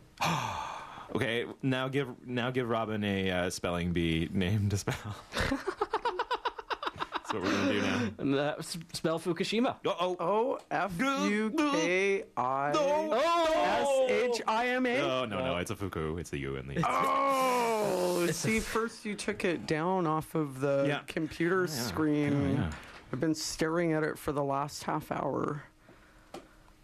[SPEAKER 2] Okay, now give now give Robin a uh, spelling bee name to spell. That's what we're gonna do now.
[SPEAKER 1] And, uh, s- spell Fukushima.
[SPEAKER 2] Oh, oh,
[SPEAKER 3] O F U K I S H I M A.
[SPEAKER 2] no, Oh, no, no! It's a Fuku. It's the U and the.
[SPEAKER 3] Oh, see, first you took it down off of the
[SPEAKER 2] Yeah.
[SPEAKER 3] computer screen.
[SPEAKER 2] yeah.
[SPEAKER 3] I've been staring at it for the last half hour.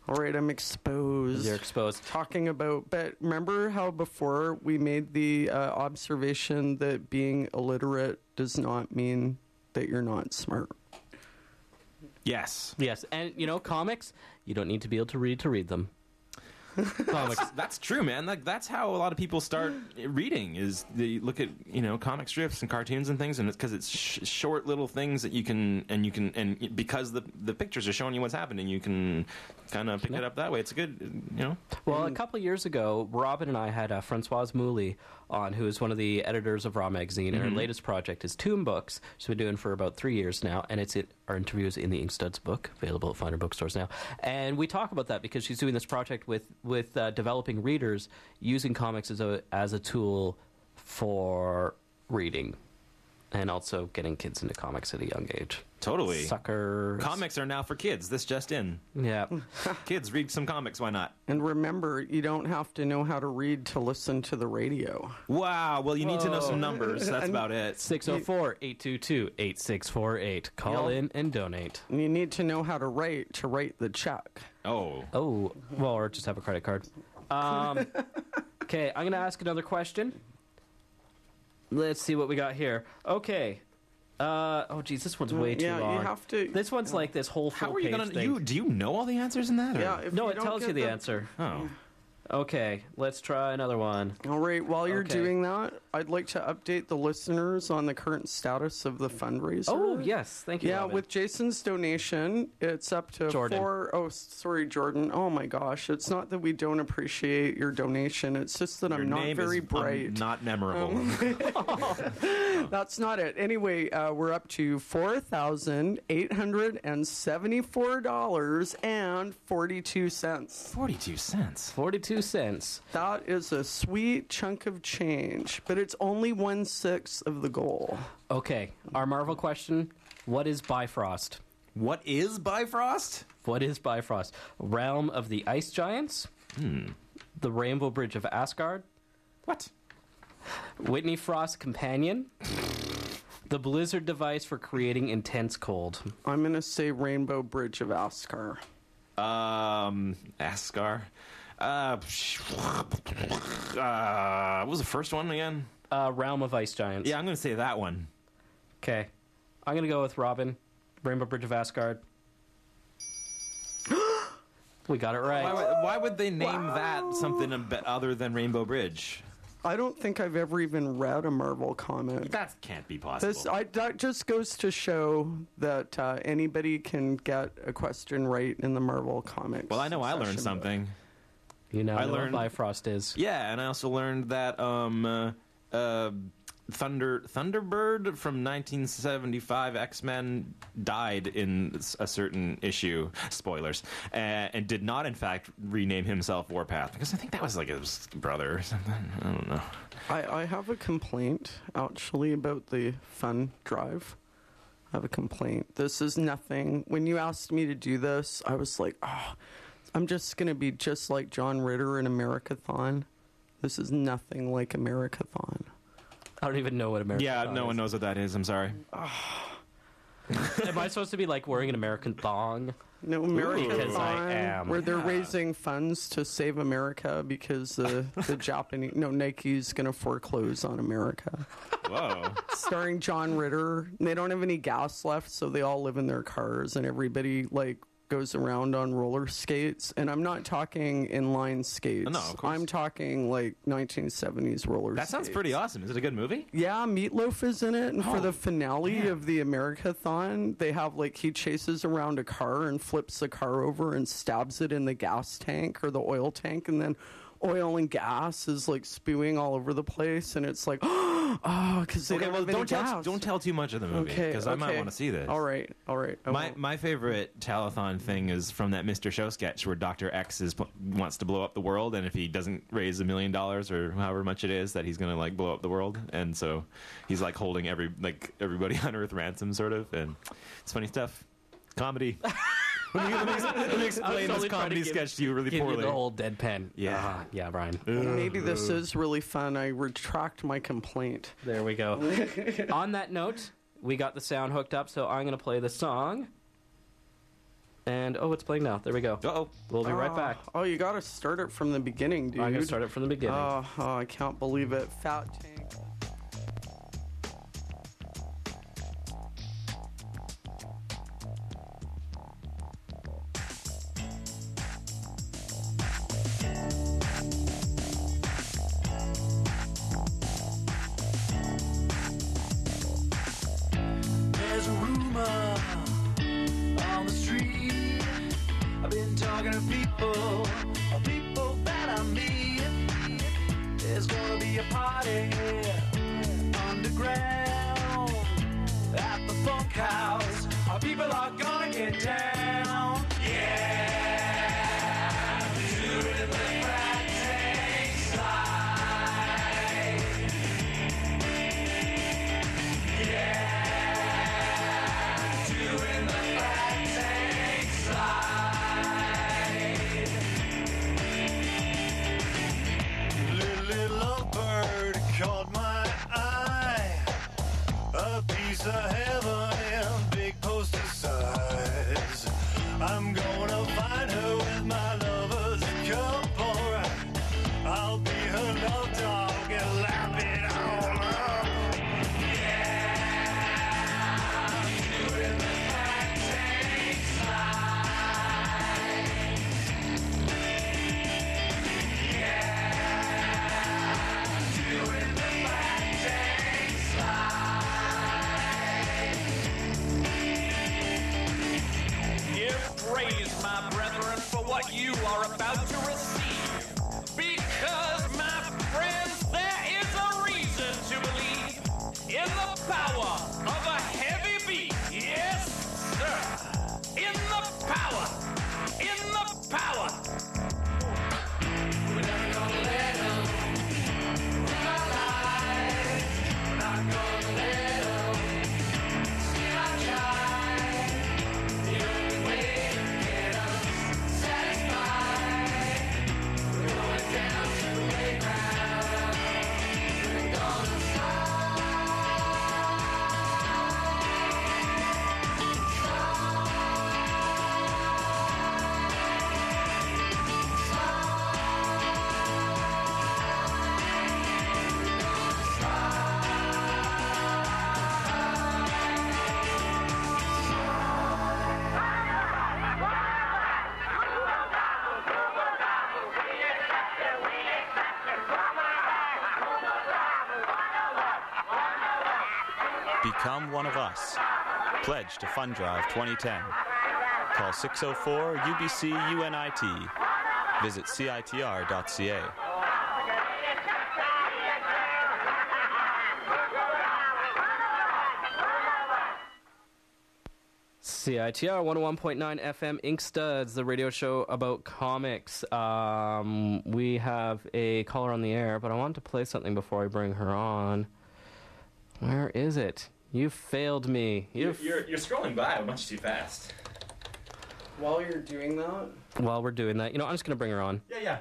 [SPEAKER 3] All right, I'm exposed.
[SPEAKER 1] You're exposed.
[SPEAKER 3] talking about, but remember how before we made the uh, observation that being illiterate does not mean that you're not smart.
[SPEAKER 2] yes,
[SPEAKER 1] Yes, and you know comics. You don't need to be able to read to read them. comics.
[SPEAKER 2] that's true, man. Like that's how a lot of people start reading. Is they look at you know comic strips and cartoons and things, and it's because it's sh- short little things that you can and you can and because the the pictures are showing you what's happening, you can kind of pick it up that way. It's a good, you know.
[SPEAKER 1] Well, a couple years ago, Robin and I had uh, Francoise Mouly on, who is one of the editors of Raw Magazine, and her latest project is Tomb Books. She's been doing for about three years now, and it's in our interviews in the Inkstuds book, available at finer bookstores now. And we talk about that because she's doing this project with with uh, developing readers using comics as a as a tool for reading, and also getting kids into comics at a young age.
[SPEAKER 2] Totally.
[SPEAKER 1] Sucker
[SPEAKER 2] Comics are now for kids. This just in.
[SPEAKER 1] Yeah.
[SPEAKER 2] Kids read some comics. Why not?
[SPEAKER 3] And remember, you don't have to know how to read to listen to the radio.
[SPEAKER 2] Wow. Well, you need to know some numbers. That's about it.
[SPEAKER 1] 604 822 8648. Call
[SPEAKER 3] Yeah.
[SPEAKER 1] in and donate.
[SPEAKER 3] And you need to know how to write to write the check.
[SPEAKER 2] Oh.
[SPEAKER 1] Oh, well, or just have a credit card. Um, okay, I'm going to ask another question. Let's see what we got here. Okay. Uh, oh, geez, this one's way too
[SPEAKER 3] Mm, yeah, you
[SPEAKER 1] long.
[SPEAKER 3] have to-
[SPEAKER 1] This one's like this whole full
[SPEAKER 2] How are you
[SPEAKER 1] page
[SPEAKER 2] gonna?
[SPEAKER 1] thing.
[SPEAKER 2] You do you know all the answers in that? or-
[SPEAKER 3] Yeah, if
[SPEAKER 1] no,
[SPEAKER 3] you
[SPEAKER 1] it
[SPEAKER 3] don't
[SPEAKER 1] tells
[SPEAKER 3] get
[SPEAKER 1] you the
[SPEAKER 3] the
[SPEAKER 1] answer.
[SPEAKER 2] Oh.
[SPEAKER 1] Okay, let's try another one.
[SPEAKER 3] All right, while you're
[SPEAKER 1] Okay.
[SPEAKER 3] doing that, I'd like to update the listeners on the current status of the fundraiser.
[SPEAKER 1] Oh yes, thank you.
[SPEAKER 3] Yeah,
[SPEAKER 1] Robin.
[SPEAKER 3] with Jason's donation, it's up to
[SPEAKER 1] Jordan.
[SPEAKER 3] four oh sorry, Jordan. Oh my gosh. It's not that we don't appreciate your donation. It's just that
[SPEAKER 2] Your
[SPEAKER 3] I'm not
[SPEAKER 2] name
[SPEAKER 3] very
[SPEAKER 2] is um,
[SPEAKER 3] bright. Um.
[SPEAKER 2] not memorable.
[SPEAKER 3] That's not it. Anyway, uh, we're up to four thousand eight hundred and seventy-four dollars and forty-two cents.
[SPEAKER 2] Forty-two cents.
[SPEAKER 1] forty-two cents.
[SPEAKER 3] That is a sweet chunk of change, but it's only one sixth of the goal.
[SPEAKER 1] Okay, our Marvel question: What is Bifrost?
[SPEAKER 2] What is Bifrost?
[SPEAKER 1] What is Bifrost? Realm of the Ice Giants?
[SPEAKER 2] Hmm.
[SPEAKER 1] The Rainbow Bridge of Asgard?
[SPEAKER 2] What?
[SPEAKER 1] Whitney Frost Companion? the Blizzard device for creating intense cold?
[SPEAKER 3] I'm gonna say Rainbow Bridge of Ascar.
[SPEAKER 2] Um, Ascar. Uh, uh, what was the first one again?
[SPEAKER 1] Uh, Realm of Ice Giants.
[SPEAKER 2] Yeah, I'm gonna say that one.
[SPEAKER 1] Okay. I'm going to go with Robin. Rainbow Bridge of Asgard. we got it
[SPEAKER 2] Why
[SPEAKER 1] right.
[SPEAKER 2] would, why would they name that something a bit other than Rainbow Bridge?
[SPEAKER 3] I don't think I've ever even read a Marvel comic.
[SPEAKER 2] That can't be possible.
[SPEAKER 3] This I, that just goes to show that uh, anybody can get a question right in the Marvel comics.
[SPEAKER 2] well, I know I
[SPEAKER 3] section,
[SPEAKER 2] learned
[SPEAKER 3] but-
[SPEAKER 2] something.
[SPEAKER 1] You now
[SPEAKER 2] I
[SPEAKER 1] know
[SPEAKER 2] learned-
[SPEAKER 1] what Bifrost is.
[SPEAKER 2] Yeah, and I also learned that um, uh, uh, Thunder Thunderbird from 1975 X Men died in s- a certain issue. Spoilers, uh, and did not in fact rename himself Warpath because I think that was like his brother or something. I don't know.
[SPEAKER 3] I, I have a complaint actually about the fun drive. I have a complaint. This is nothing. When you asked me to do this, I was like, oh, I'm just going to be just like John Ritter in Americathon. This is nothing like Americathon.
[SPEAKER 1] I don't even know what American
[SPEAKER 2] Yeah,
[SPEAKER 1] thong
[SPEAKER 2] no
[SPEAKER 1] is.
[SPEAKER 2] one knows what that is. I'm sorry.
[SPEAKER 1] Am I supposed to be like wearing an American thong?
[SPEAKER 3] No,
[SPEAKER 1] Because I
[SPEAKER 3] Americathon,
[SPEAKER 1] am.
[SPEAKER 3] where they're raising funds to save America because the, the Japanese, no, Nike's going to foreclose on America.
[SPEAKER 2] Whoa.
[SPEAKER 3] starring John Ritter. They don't have any gas left, so they all live in their cars, and everybody like goes around on roller skates. And I'm not talking inline skates.
[SPEAKER 2] No, of course.
[SPEAKER 3] I'm talking like 1970s roller.
[SPEAKER 2] That sounds
[SPEAKER 3] skates.
[SPEAKER 2] pretty awesome. Is it a good movie?
[SPEAKER 3] Yeah, Meatloaf is in it, and for
[SPEAKER 2] Oh,
[SPEAKER 3] the finale of the Americathon, they have like he chases around a car and flips the car over and stabs it in the gas tank or the oil tank, and then oil and gas is like spewing all over the place, and it's like, oh, because they
[SPEAKER 2] Okay,
[SPEAKER 3] don't
[SPEAKER 2] well,
[SPEAKER 3] have any
[SPEAKER 2] don't tell,
[SPEAKER 3] gas.
[SPEAKER 2] don't tell too much of the movie
[SPEAKER 3] Okay,
[SPEAKER 2] because I might
[SPEAKER 3] okay.
[SPEAKER 2] want to see this.
[SPEAKER 3] All right, all right. I
[SPEAKER 2] My
[SPEAKER 3] won't.
[SPEAKER 2] my favorite telethon thing is from that Mr. Show sketch where Doctor X is pl- wants to blow up the world, and if he doesn't raise a million dollars or however much it is, that he's gonna like blow up the world, and so he's like holding every like everybody on Earth ransom, sort of, and it's funny stuff, comedy. let, me, let, me, ex- let me
[SPEAKER 1] totally
[SPEAKER 2] explain this
[SPEAKER 1] trying to
[SPEAKER 2] comedy
[SPEAKER 1] give-
[SPEAKER 2] sketch to you really
[SPEAKER 1] Give
[SPEAKER 2] poorly.
[SPEAKER 1] you the old deadpan.
[SPEAKER 2] Yeah.
[SPEAKER 1] Ah, yeah, Brian.
[SPEAKER 3] Maybe this is really fun. I retract my complaint.
[SPEAKER 1] There we go. On that note, we got the sound hooked up, so I'm going to play the song. And oh, it's playing now. There we go.
[SPEAKER 2] Uh-oh.
[SPEAKER 1] We'll be right back.
[SPEAKER 3] Oh, you got to start it from the beginning, dude.
[SPEAKER 1] I'm going to start it from the beginning.
[SPEAKER 3] Oh, oh, I can't believe it. Fat tank.
[SPEAKER 5] There's a rumor on the street. I've been talking to people, people that I meet. There's gonna be a party underground at the funk house. Our people are gonna get down. Yeah, doing the fat tank slide. Doing the fat tank slide. Little, little old bird caught my eye. A piece of heaven in big poster size. I'm gonna find her with my lover's cup, alright. I'll be her love dog and lap it all up. Yeah.
[SPEAKER 8] Become one of us. Pledge to Fund Drive 2010. Call 604 UBC UNIT. Visit CITR.ca.
[SPEAKER 1] CITR 101.9 FM Ink Studs, the radio show about comics. Um, we have a caller on the air, but I want to play something before I bring her on. Where is it? You failed me. You
[SPEAKER 2] You're, you're, you're scrolling by much too fast.
[SPEAKER 3] While you're doing that,
[SPEAKER 1] While we're doing that, you know, I'm just going to bring her on.
[SPEAKER 2] Yeah, yeah.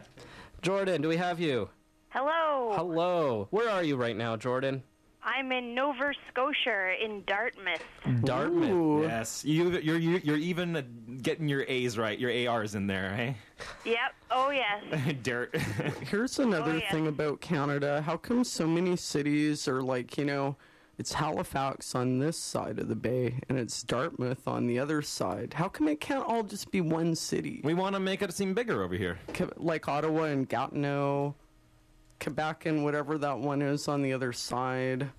[SPEAKER 1] Jordan, do we have you?
[SPEAKER 9] Hello.
[SPEAKER 1] Hello. Where are you right now, Jordan?
[SPEAKER 9] I'm in Nova Scotia in Dartmouth.
[SPEAKER 1] Dartmouth.
[SPEAKER 2] Yes, you, you're you're you're even uh, getting your A's right. Your AR's in there,
[SPEAKER 9] Yep. Oh yes.
[SPEAKER 2] eh? Dirt.
[SPEAKER 3] Here's another
[SPEAKER 9] Oh, yeah.
[SPEAKER 3] thing about Canada. How come so many cities are like, you know, it's Halifax on this side of the bay and it's Dartmouth on the other side? How come it can't all just be one city?
[SPEAKER 2] we want to make it seem bigger over here.
[SPEAKER 3] Ke- Like Ottawa and Gatineau, Quebec and whatever that one is on the other side.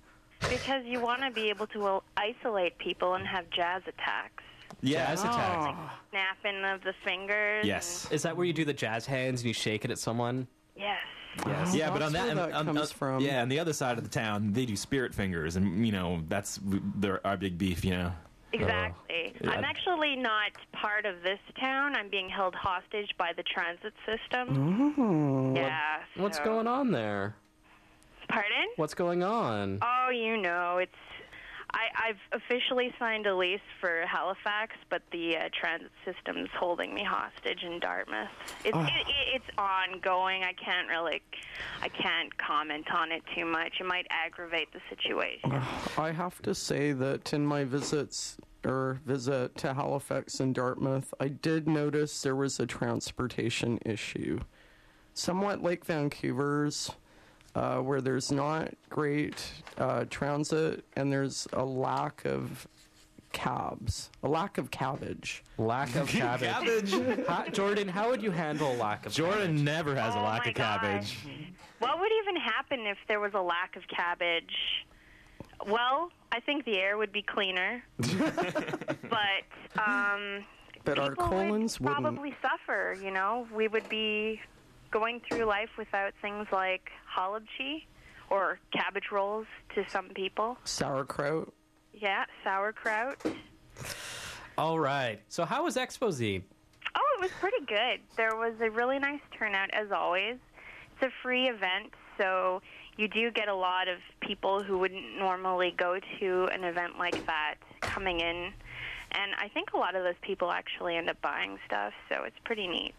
[SPEAKER 9] Because you want to be able to uh, isolate people and have jazz attacks,
[SPEAKER 2] Yeah, that's attack.
[SPEAKER 3] Oh.
[SPEAKER 9] snapping of the fingers.
[SPEAKER 2] Yes.
[SPEAKER 1] Is that where you do the jazz hands and you shake it at someone?
[SPEAKER 9] and- yes.
[SPEAKER 1] Oh.
[SPEAKER 3] Yes.
[SPEAKER 2] Yeah, but on
[SPEAKER 3] That's
[SPEAKER 2] that,
[SPEAKER 3] where
[SPEAKER 2] on-
[SPEAKER 3] that
[SPEAKER 2] on-
[SPEAKER 3] comes
[SPEAKER 2] on-
[SPEAKER 3] from.
[SPEAKER 2] Yeah, on the other side of the town, they do spirit fingers, and you know that's w- their our big beef. You know.
[SPEAKER 9] Exactly. I'm actually not part of this town. I'm being held hostage by the transit system. Yeah.
[SPEAKER 1] Oh. What's going on there?
[SPEAKER 9] Pardon?
[SPEAKER 1] What's going on?
[SPEAKER 9] Oh, you know, it's. I, I've officially signed a lease for Halifax, but the uh, transit system's holding me hostage in Dartmouth. It's
[SPEAKER 1] Ah.
[SPEAKER 9] it, it, it's ongoing. I can't really, I can't comment on it too much. It might aggravate the situation.
[SPEAKER 3] I have to say that in my visits or visit to Halifax and Dartmouth, I did notice there was a transportation issue, somewhat like Vancouver's, uh, where there's not great uh, transit and there's a lack of cabs, a lack of cabbage.
[SPEAKER 1] Lack of cabbage. How- Jordan, how would you handle lack of
[SPEAKER 2] Jordan never has a
[SPEAKER 9] Oh
[SPEAKER 2] lack
[SPEAKER 9] my
[SPEAKER 2] of cabbage.
[SPEAKER 9] What would even happen if there was a lack of cabbage? Well, I think the air would be cleaner, but um,
[SPEAKER 3] But our
[SPEAKER 9] people
[SPEAKER 3] colons
[SPEAKER 9] would
[SPEAKER 3] wouldn't.
[SPEAKER 9] probably suffer. You know, we would be going through life without things like halibchi or cabbage rolls to some people.
[SPEAKER 3] Sauerkraut.
[SPEAKER 9] Yeah, sauerkraut.
[SPEAKER 1] All right. So how was Exposé?
[SPEAKER 9] Oh, it was pretty good. There was a really nice turnout as always. It's a free event, so you do get a lot of people who wouldn't normally go to an event like that coming in. And I think a lot of those people actually end up buying stuff, so it's pretty neat.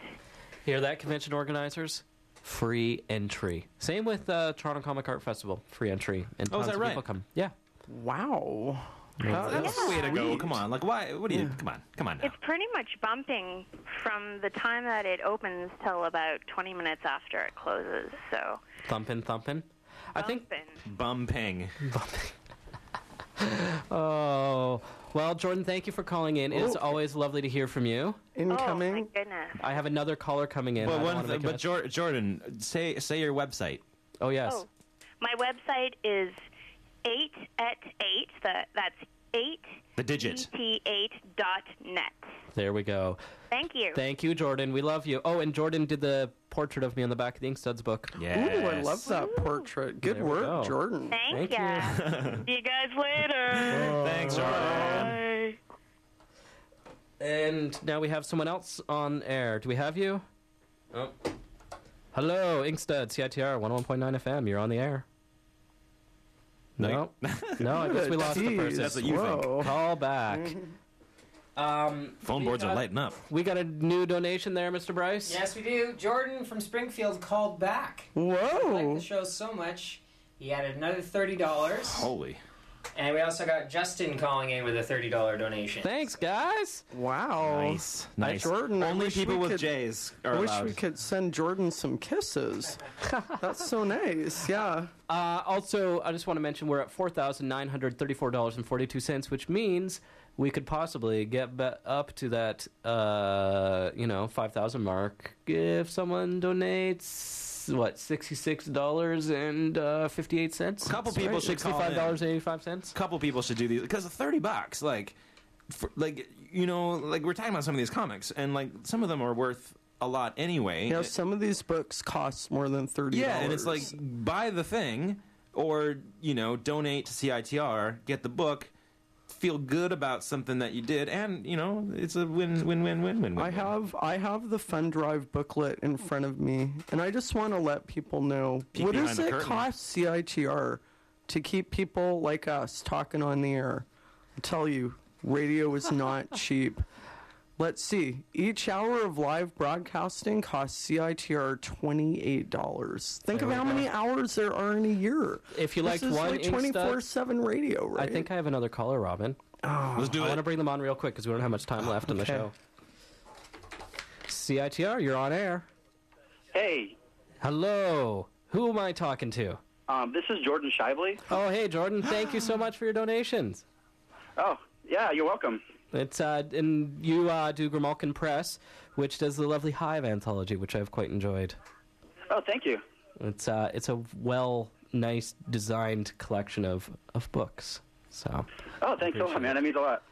[SPEAKER 1] Hear that, convention organizers? Free entry. Same with uh, Toronto Comic Art Festival. Free entry. And
[SPEAKER 2] Oh,
[SPEAKER 1] tons
[SPEAKER 2] is that
[SPEAKER 1] of
[SPEAKER 2] right?
[SPEAKER 1] people come. Yeah.
[SPEAKER 3] Wow. That
[SPEAKER 2] That's
[SPEAKER 3] is
[SPEAKER 2] the way to go.
[SPEAKER 3] sweet.
[SPEAKER 2] Come on, like why? What do you? Come on, come on now.
[SPEAKER 9] It's pretty much bumping from the time that it opens till about 20 minutes after it closes. So,
[SPEAKER 1] Thumpin', thumpin'. I think.
[SPEAKER 9] bumping.
[SPEAKER 2] Bum ping.
[SPEAKER 1] Oh. Well, Jordan, thank you for calling in. It's
[SPEAKER 3] Oh.
[SPEAKER 1] always lovely to hear from you.
[SPEAKER 9] Oh, my
[SPEAKER 3] Incoming.
[SPEAKER 9] goodness.
[SPEAKER 1] I have another caller coming in. I
[SPEAKER 2] But
[SPEAKER 1] don't
[SPEAKER 2] one,
[SPEAKER 1] wanna
[SPEAKER 2] th-
[SPEAKER 1] make a
[SPEAKER 2] but
[SPEAKER 1] mess-
[SPEAKER 2] Jor- Jordan, say say your website.
[SPEAKER 1] oh, yes.
[SPEAKER 9] Oh, my website is 8 at 8. That, that's 8
[SPEAKER 2] The digit.
[SPEAKER 9] et8 dot net.
[SPEAKER 1] There we go.
[SPEAKER 9] Thank you.
[SPEAKER 1] Thank you, Jordan. We love you. Oh, and Jordan did the portrait of me on the back of the Ink Studs book.
[SPEAKER 2] Yes.
[SPEAKER 3] Ooh, I love that portrait. Good
[SPEAKER 1] There we go.
[SPEAKER 3] work, Jordan.
[SPEAKER 1] Thank
[SPEAKER 9] Thank, ya. See you guys later.
[SPEAKER 2] Thanks, Jordan.
[SPEAKER 9] Bye.
[SPEAKER 1] And now we have someone else on air. Do we have you? Oh. Hello, Inkstead, CITR 101.9 FM. You're on the air. No. no, I guess we lost the
[SPEAKER 3] Jeez,
[SPEAKER 1] person.
[SPEAKER 2] That's what you think.
[SPEAKER 3] whoa.
[SPEAKER 1] Call back. um,
[SPEAKER 2] Phone boards are
[SPEAKER 1] got-
[SPEAKER 2] lighting up.
[SPEAKER 1] we got a new donation there, Mr. Bryce.
[SPEAKER 7] Yes, we do. Jordan from Springfield called back. He liked
[SPEAKER 3] Whoa.
[SPEAKER 7] the show so much, he added another thirty dollars,
[SPEAKER 2] Holy.
[SPEAKER 7] and we also got Justin calling in with a thirty dollar donation.
[SPEAKER 1] Thanks, guys.
[SPEAKER 3] Wow.
[SPEAKER 2] Nice. Nice.
[SPEAKER 3] Jordan, I
[SPEAKER 2] Only
[SPEAKER 3] wish we
[SPEAKER 2] people with
[SPEAKER 3] could-
[SPEAKER 2] J's
[SPEAKER 3] I
[SPEAKER 2] are
[SPEAKER 3] wish
[SPEAKER 2] allowed.
[SPEAKER 3] we could send Jordan some kisses. That's so nice. Yeah.
[SPEAKER 1] Uh, also, I just want to mention we're at four thousand nine hundred thirty-four dollars and forty-two cents, which means we could possibly get ba up to that, uh, you know, five thousand mark if someone donates s- what sixty six dollars and uh, fifty eight cents. A
[SPEAKER 2] couple people should
[SPEAKER 1] sixty
[SPEAKER 2] call
[SPEAKER 1] five dollars eighty five cents.
[SPEAKER 2] couple people should do these because thirty bucks, like, for, like you know, like we're talking about some of these comics, and like some of them are worth a lot anyway.
[SPEAKER 3] You know, some of these books cost more than thirty.
[SPEAKER 2] yeah, and it's like buy the thing, or you know, donate to CITR, get the book, feel good about something that you did, and you know, it's a win, win, win, win, win.
[SPEAKER 3] I
[SPEAKER 2] win.
[SPEAKER 3] have I have the Fun Drive booklet in front of me, and I just want to let people know
[SPEAKER 2] Peek
[SPEAKER 3] what
[SPEAKER 2] behind
[SPEAKER 3] does
[SPEAKER 2] the
[SPEAKER 3] it
[SPEAKER 2] curtain.
[SPEAKER 3] cost CITR to keep people like us talking on the air. I tell you, radio is not cheap. Let's see. Each hour of live broadcasting costs CITR twenty eight dollars. Think of how many hours there are in a year.
[SPEAKER 1] If you liked
[SPEAKER 3] This is
[SPEAKER 1] one
[SPEAKER 3] like
[SPEAKER 1] ink
[SPEAKER 3] twenty
[SPEAKER 1] stud-
[SPEAKER 3] four seven radio, right?
[SPEAKER 1] I think I have another caller, Robin.
[SPEAKER 2] Let's do
[SPEAKER 1] I
[SPEAKER 2] it.
[SPEAKER 1] want to bring them on real quick because we don't have much
[SPEAKER 2] Ah,
[SPEAKER 1] time left in the
[SPEAKER 3] Okay.
[SPEAKER 1] show. CITR, you're on air.
[SPEAKER 10] Hey,
[SPEAKER 1] Hello. Who am I talking to?
[SPEAKER 10] um, this is Jordan Shively.
[SPEAKER 1] Oh, hey, Jordan. Thank you so much for your donations.
[SPEAKER 10] Oh, yeah, you're welcome.
[SPEAKER 1] It's uh, and you uh, do Grimalkin Press, which does the lovely Hive anthology, which I've quite enjoyed.
[SPEAKER 10] Oh, thank you.
[SPEAKER 1] It's uh, it's a well, nice designed collection of of books. So
[SPEAKER 10] Oh, thanks a lot, man. That means a lot.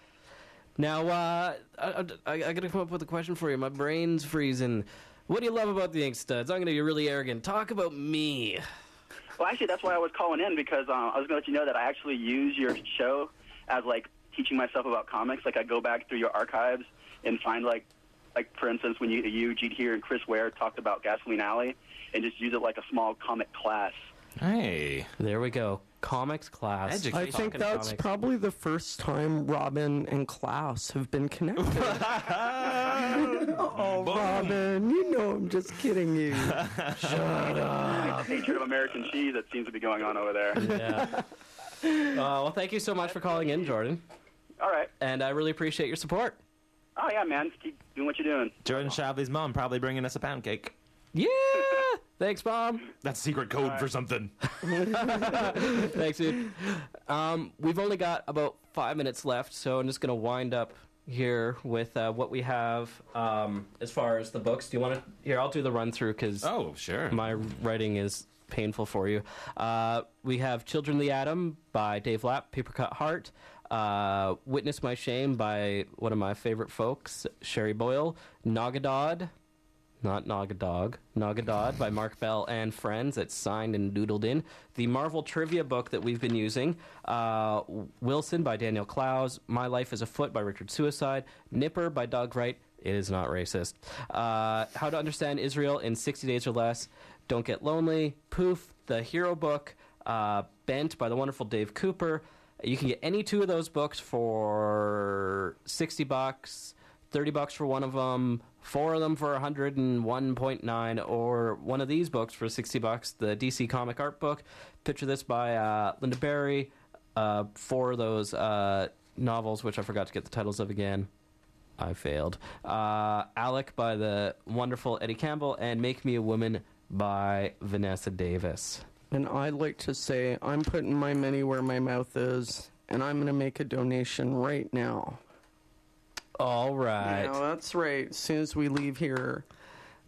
[SPEAKER 1] now uh, I, I, I gotta come up with a question for you. My brain's freezing. What do you love about the Ink Studs? I'm gonna be really arrogant. Talk about me.
[SPEAKER 10] Well, actually, that's why I was calling in because um, I was going to let you know that I actually use your show as like teaching myself about comics. Like, I go back through your archives and find like, like for instance, when you, you Gene here and Chris Ware talked about Gasoline Alley, and just use it like a small comic class.
[SPEAKER 2] Hey,
[SPEAKER 1] There we go. Comics class.
[SPEAKER 2] Educate-
[SPEAKER 3] I think
[SPEAKER 1] Talking
[SPEAKER 3] that's
[SPEAKER 1] comics.
[SPEAKER 3] probably the first time Robin and Klaus have been connected. oh, Robin, you know I'm just kidding you.
[SPEAKER 10] Like the hatred of American cheese that seems to be going on over there.
[SPEAKER 1] Uh, Yeah. uh, well, thank you so much for calling in, Jordan,
[SPEAKER 10] All right.
[SPEAKER 1] and I really appreciate your support.
[SPEAKER 10] Oh yeah, man. Keep doing what you're doing.
[SPEAKER 2] Jordan Shavley's mom probably bringing us a pound cake.
[SPEAKER 1] Yeah. Thanks, Mom.
[SPEAKER 2] That's secret code for something.
[SPEAKER 1] Thanks, dude. Um, we've only got about five minutes left, so I'm just going to wind up here with uh, what we have um, as far as the books. Do you want to? Here, I'll do the run through because
[SPEAKER 2] Oh, sure.
[SPEAKER 1] my writing is painful for you. Uh, we have Children of the Atom by Dave Lapp, Papercut Heart. Uh, Witness My Shame by one of my favorite folks, Sherry Boyle. Nogadod, not Nogadog, Nogadod by Mark Bell and Friends. That's signed and doodled in. The Marvel trivia book that we've been using, uh, Wilson by Daniel Clowes. My Life is Afoot by Richard Suicide. Nipper by Doug Wright. It is not racist. Uh, How to Understand Israel in 60 Days or Less. Don't Get Lonely. Poof, the Hero Book. Uh, Bent by the wonderful Dave Cooper. You can get any two of those books for 60 bucks, 30 bucks for one of them, four of them for 101.9, or one of these books for 60 bucks. The DC comic art book. Picture this by uh, Linda Barry. Uh, four of those uh, novels, which I forgot to get the titles of again. I failed. Uh, Alec by the wonderful Eddie Campbell and Make Me a Woman by Vanessa Davis.
[SPEAKER 3] And I'd like to say I'm putting my money where my mouth is, and I'm going to make a donation right now.
[SPEAKER 1] All
[SPEAKER 3] Yeah,
[SPEAKER 1] right.
[SPEAKER 3] that's right. As soon as we leave here,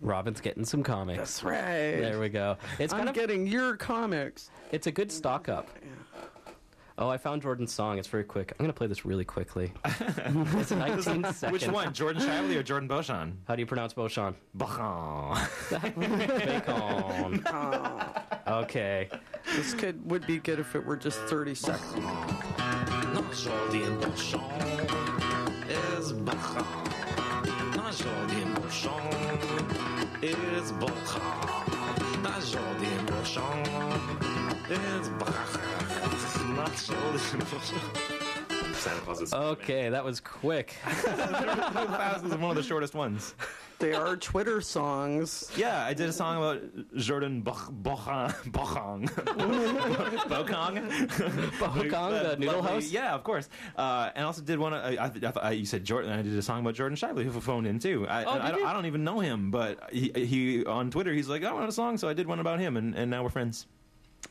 [SPEAKER 1] Robin's getting some comics.
[SPEAKER 3] that's right.
[SPEAKER 1] There we go. It's
[SPEAKER 3] I'm
[SPEAKER 1] kind of
[SPEAKER 3] getting your comics.
[SPEAKER 1] it's a good stock up. Oh, I found Jordan's song. It's very quick. I'm gonna play this really quickly. it's 19 seconds.
[SPEAKER 2] Which one, Jordan Shively or Jordan Beauchamp?
[SPEAKER 1] How do you pronounce Beauchamp?
[SPEAKER 2] Beauchamp.
[SPEAKER 1] Bacon. okay.
[SPEAKER 3] This could would be good if it were just 30 seconds.
[SPEAKER 5] Non, Jordan Bouchon is Bouchon. Non, Jordan Bouchon is Bouchon. Non, Jordan Bouchon is Bouchon. Not Jordan Bouchon.
[SPEAKER 4] Santa Claus
[SPEAKER 2] Oh,
[SPEAKER 4] is
[SPEAKER 1] Okay, that was quick.
[SPEAKER 2] Thousands is one of the shortest ones.
[SPEAKER 3] They are Twitter songs.
[SPEAKER 2] Yeah, I did a song about Jordan Boch- Bochang. Bochang. Bochang.
[SPEAKER 1] Bokong, the noodle
[SPEAKER 2] Lovely-
[SPEAKER 1] house.
[SPEAKER 2] Yeah, of course. Uh, and also did one. I, I, I, I, you said Jordan. I did a song about Jordan Shively, who phoned in too. I, I,
[SPEAKER 1] Oh, did
[SPEAKER 2] don't-
[SPEAKER 1] you?
[SPEAKER 2] I don't even know him, but he, he on Twitter he's like, I want a song, so I did one about him, and, and now we're friends.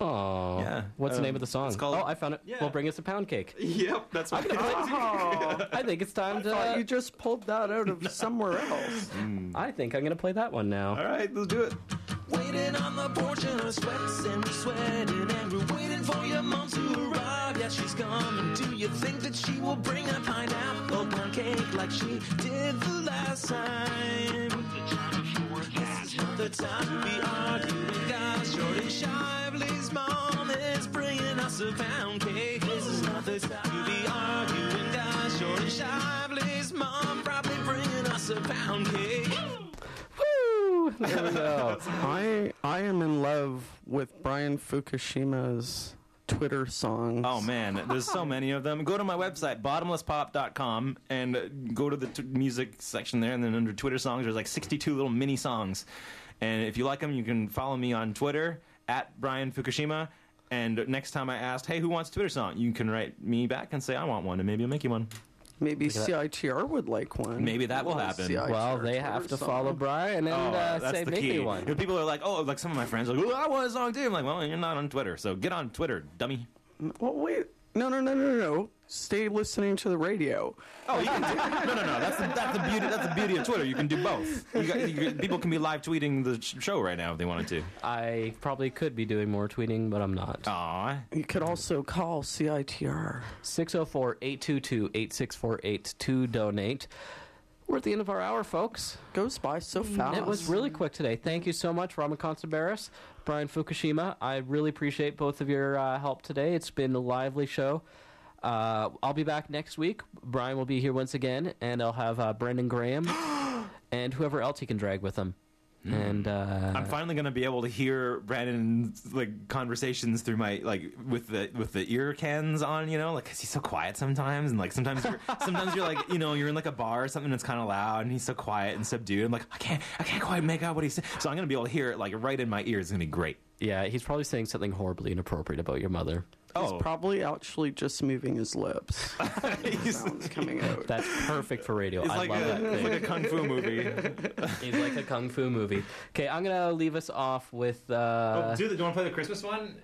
[SPEAKER 1] Oh.
[SPEAKER 2] Yeah,
[SPEAKER 1] What's the
[SPEAKER 2] um,
[SPEAKER 1] name of the song?
[SPEAKER 2] it's called-
[SPEAKER 1] oh, I found it.
[SPEAKER 2] Yeah.
[SPEAKER 1] Well, bring us a pound cake.
[SPEAKER 2] Yep, that's what
[SPEAKER 3] Oh,
[SPEAKER 1] I think it's time to.
[SPEAKER 3] thought you just pulled that out of somewhere else.
[SPEAKER 1] I think I'm gonna play that one now.
[SPEAKER 2] All right, let's do it.
[SPEAKER 5] Wait sitting on the porch in her sweats and we're sweating and we're waiting for your mom to arrive. Yeah, she's coming. Do you think that she will bring a pineapple pancake like she did the last time? This is not the time to be arguing, guys. Jordan Shively's mom is bringing us a pound cake. This is not the time to be arguing, guys. Jordan Shively's mom probably
[SPEAKER 1] Oh.
[SPEAKER 5] bringing us a pound cake.
[SPEAKER 3] Woo! There we go. I I am in love with Brian Fukushima's Twitter songs.
[SPEAKER 2] Oh man, there's so many of them. Go to my website bottomlesspop.com and uh, go to the t- music section there, and then under Twitter songs, there's like 62 little mini songs. And if you like them, you can follow me on Twitter at Brian Fukushima. And next time I ask, hey, who wants a Twitter song? You can write me back and say I want one, and maybe I'll make you one.
[SPEAKER 3] Maybe
[SPEAKER 2] Look at that.
[SPEAKER 3] CITR would like one.
[SPEAKER 2] Maybe that will happen.
[SPEAKER 3] CITR
[SPEAKER 1] Well, they have
[SPEAKER 3] Twitter
[SPEAKER 1] to
[SPEAKER 3] song.
[SPEAKER 1] follow Brian and uh,
[SPEAKER 2] Oh, that's
[SPEAKER 1] say
[SPEAKER 2] the
[SPEAKER 1] make
[SPEAKER 2] key.
[SPEAKER 1] me one.
[SPEAKER 2] You know, people are like, oh, like some of my friends are like, oh, I want a song too. I'm like, well, you're not on Twitter, so get on Twitter, dummy.
[SPEAKER 3] Well, wait. No, no, no, no, no. Stay listening to the radio.
[SPEAKER 2] Oh, you can do, no, no, no. That's the, that's the beauty. That's the beauty of Twitter. You can do both. You got, you, people can be live tweeting the sh- show right now if they wanted to.
[SPEAKER 1] I probably could be doing more tweeting, but I'm not.
[SPEAKER 2] Aw.
[SPEAKER 3] You could also call CITR.
[SPEAKER 1] 604 822 8648 to donate. We're at the end of our hour, folks.
[SPEAKER 3] Goes by so fast.
[SPEAKER 1] It was really quick today. Thank you so much, Raman Consabaris, Brian Fukushima. I really appreciate both of your uh, help today. It's been a lively show. Uh, I'll be back next week. Brian will be here once again, and I'll have uh, Brendan Graham and whoever else he can drag with him.
[SPEAKER 2] Hmm.
[SPEAKER 1] And uh,
[SPEAKER 2] I'm finally gonna be able to hear Brandon's like conversations through my like with the with the ear cans on, you know, like 'cause he's so quiet sometimes, and like sometimes you're sometimes you're like you know you're in like a bar or something that's kind of loud, and he's so quiet and subdued. I'm like I can't I can't quite make out what he's saying, so I'm gonna be able to hear it like right in my ear. It's gonna be great.
[SPEAKER 1] yeah, he's probably saying something horribly inappropriate about your mother.
[SPEAKER 3] He's
[SPEAKER 2] Oh.
[SPEAKER 3] probably actually just moving his lips.
[SPEAKER 2] He's-
[SPEAKER 3] Sounds coming out.
[SPEAKER 1] That's perfect for radio.
[SPEAKER 2] It's
[SPEAKER 1] I
[SPEAKER 2] like,
[SPEAKER 1] love that.
[SPEAKER 2] a,
[SPEAKER 1] thing.
[SPEAKER 2] it's like a kung fu movie.
[SPEAKER 1] He's like a kung fu movie. Okay, I'm gonna leave us off with uh,
[SPEAKER 2] Oh, do, the, do you want to play the Christmas one?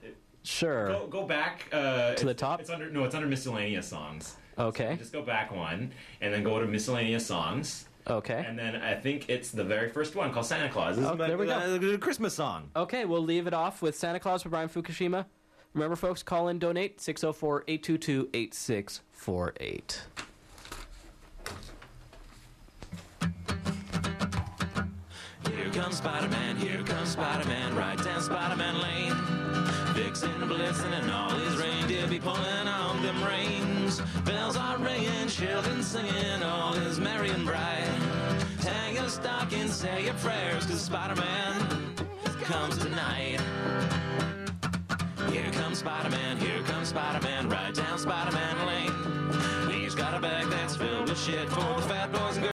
[SPEAKER 1] sure.
[SPEAKER 2] Go, go back uh,
[SPEAKER 1] To the top?
[SPEAKER 2] It's under no, it's under miscellaneous songs.
[SPEAKER 1] Okay,
[SPEAKER 2] Just go back one, and then go to miscellaneous songs,
[SPEAKER 1] okay,
[SPEAKER 2] and then I think it's the very first one called Santa Claus.
[SPEAKER 1] Oh, there we go.
[SPEAKER 2] The uh, Christmas song.
[SPEAKER 1] okay. We'll leave it off with Santa Claus for Brian Fukushima. Remember, folks, call in, donate 604-822-8648.
[SPEAKER 5] Here comes Spider-Man, here comes Spider-Man, right down Spider-Man Lane. Vixen, Blitzen, and all his reindeer be pulling on them reins. Bells are ringing, children singing, all is merry and bright. Tag your stocking, say your prayers, cause Spider-Man comes tonight. Here comes Spider-Man, here comes Spider-Man, right down Spider-Man Lane. He's got a bag that's filled with shit for the fat boys and girls.